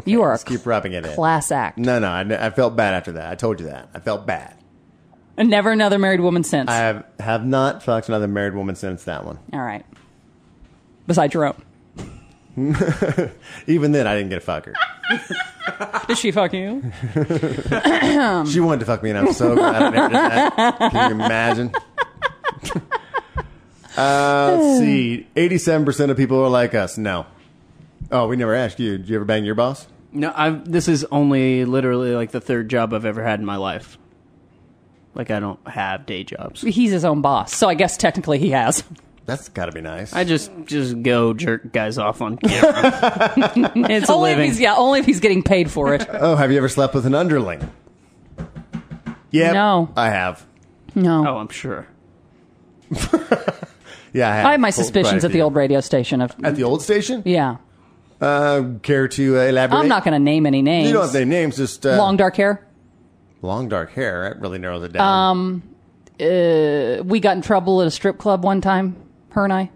C: you are a
B: Let's keep rubbing it in.
C: class act.
B: No, no. I, I felt bad after that. I told you that. I felt bad.
C: And never another married woman since.
B: I have, have not fucked another married woman since that one.
C: All right. Besides your own,
B: Even then, I didn't get a fucker.
C: did she fuck you?
B: She wanted to fuck me, and I'm so glad I never did that. Can you imagine? Uh, let's see. 87% of people are like us. No. Oh, we never asked you. Did you ever bang your boss?
D: No, I've, this is only literally like the third job I've ever had in my life. Like I don't have day jobs.
C: He's his own boss, so I guess technically he has.
B: That's got to be nice.
D: I just just go jerk guys off on camera. it's a
C: only if
D: living.
C: he's yeah, only if he's getting paid for it.
B: oh, have you ever slept with an underling? Yeah.
C: No.
B: I have.
C: No,
D: Oh, I'm sure.
B: Yeah, I have.
C: I have my
B: Quite a
C: suspicions at the
B: few.
C: old radio station of
B: At the old station?
C: yeah.
B: Uh, care to uh, elaborate?
C: I'm not going to name any names.
B: You don't have to name names, just. Uh,
C: Long dark hair.
B: long dark hair. That really narrows it down. Um,
C: uh, we got in trouble at a strip club one time, her and I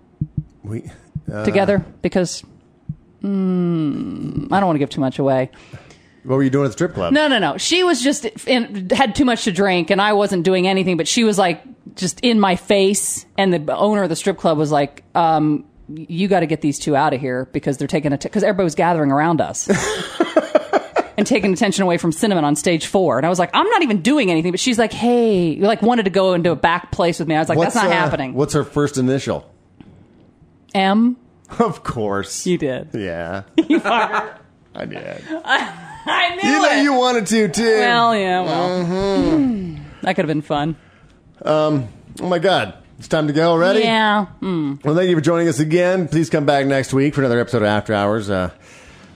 B: We, uh,
C: together because mm, I don't want to give too much away.
B: what were you doing at the strip club?
C: No, no, no. She was just in, had too much to drink, and I wasn't doing anything. But she was like just in my face, and the owner of the strip club was like, um, "You got to get these two out of here because they're taking a because everybody was gathering around us." And taking attention away from cinnamon on stage four, and I was like, "I'm not even doing anything." But she's like, "Hey," like wanted to go into a back place with me. I was like, "That's not
B: uh,
C: happening."
B: What's her first initial?
C: M,
B: Of course.
C: you did.
B: yeah. I did.
C: I knew
B: You know
C: it.
B: you Mm-hmm. wanted to too.
C: well, yeah, well, Hmm. that could have been fun.
B: oh my God. It's time to go already?
C: Yeah.
B: Well, thank you for joining us again. Please come back next week for another episode of After Hours. Uh,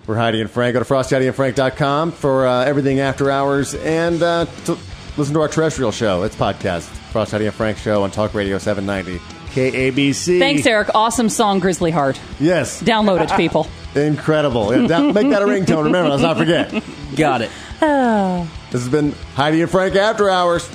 B: we're Heidi and Frank. Go to frostyheidiandfrank.com for uh, everything After Hours and uh, to listen to our terrestrial show. It's podcast, Frost, Heidi and Frank Show on Talk Radio 790 KABC.
C: Thanks, Eric. Awesome song, Grizzly Heart.
B: Yes.
C: Download it, people.
B: Incredible. Yeah, that- make that a ringtone. Remember, let's not forget.
D: Got it.
B: This has been Heidi and Frank After Hours.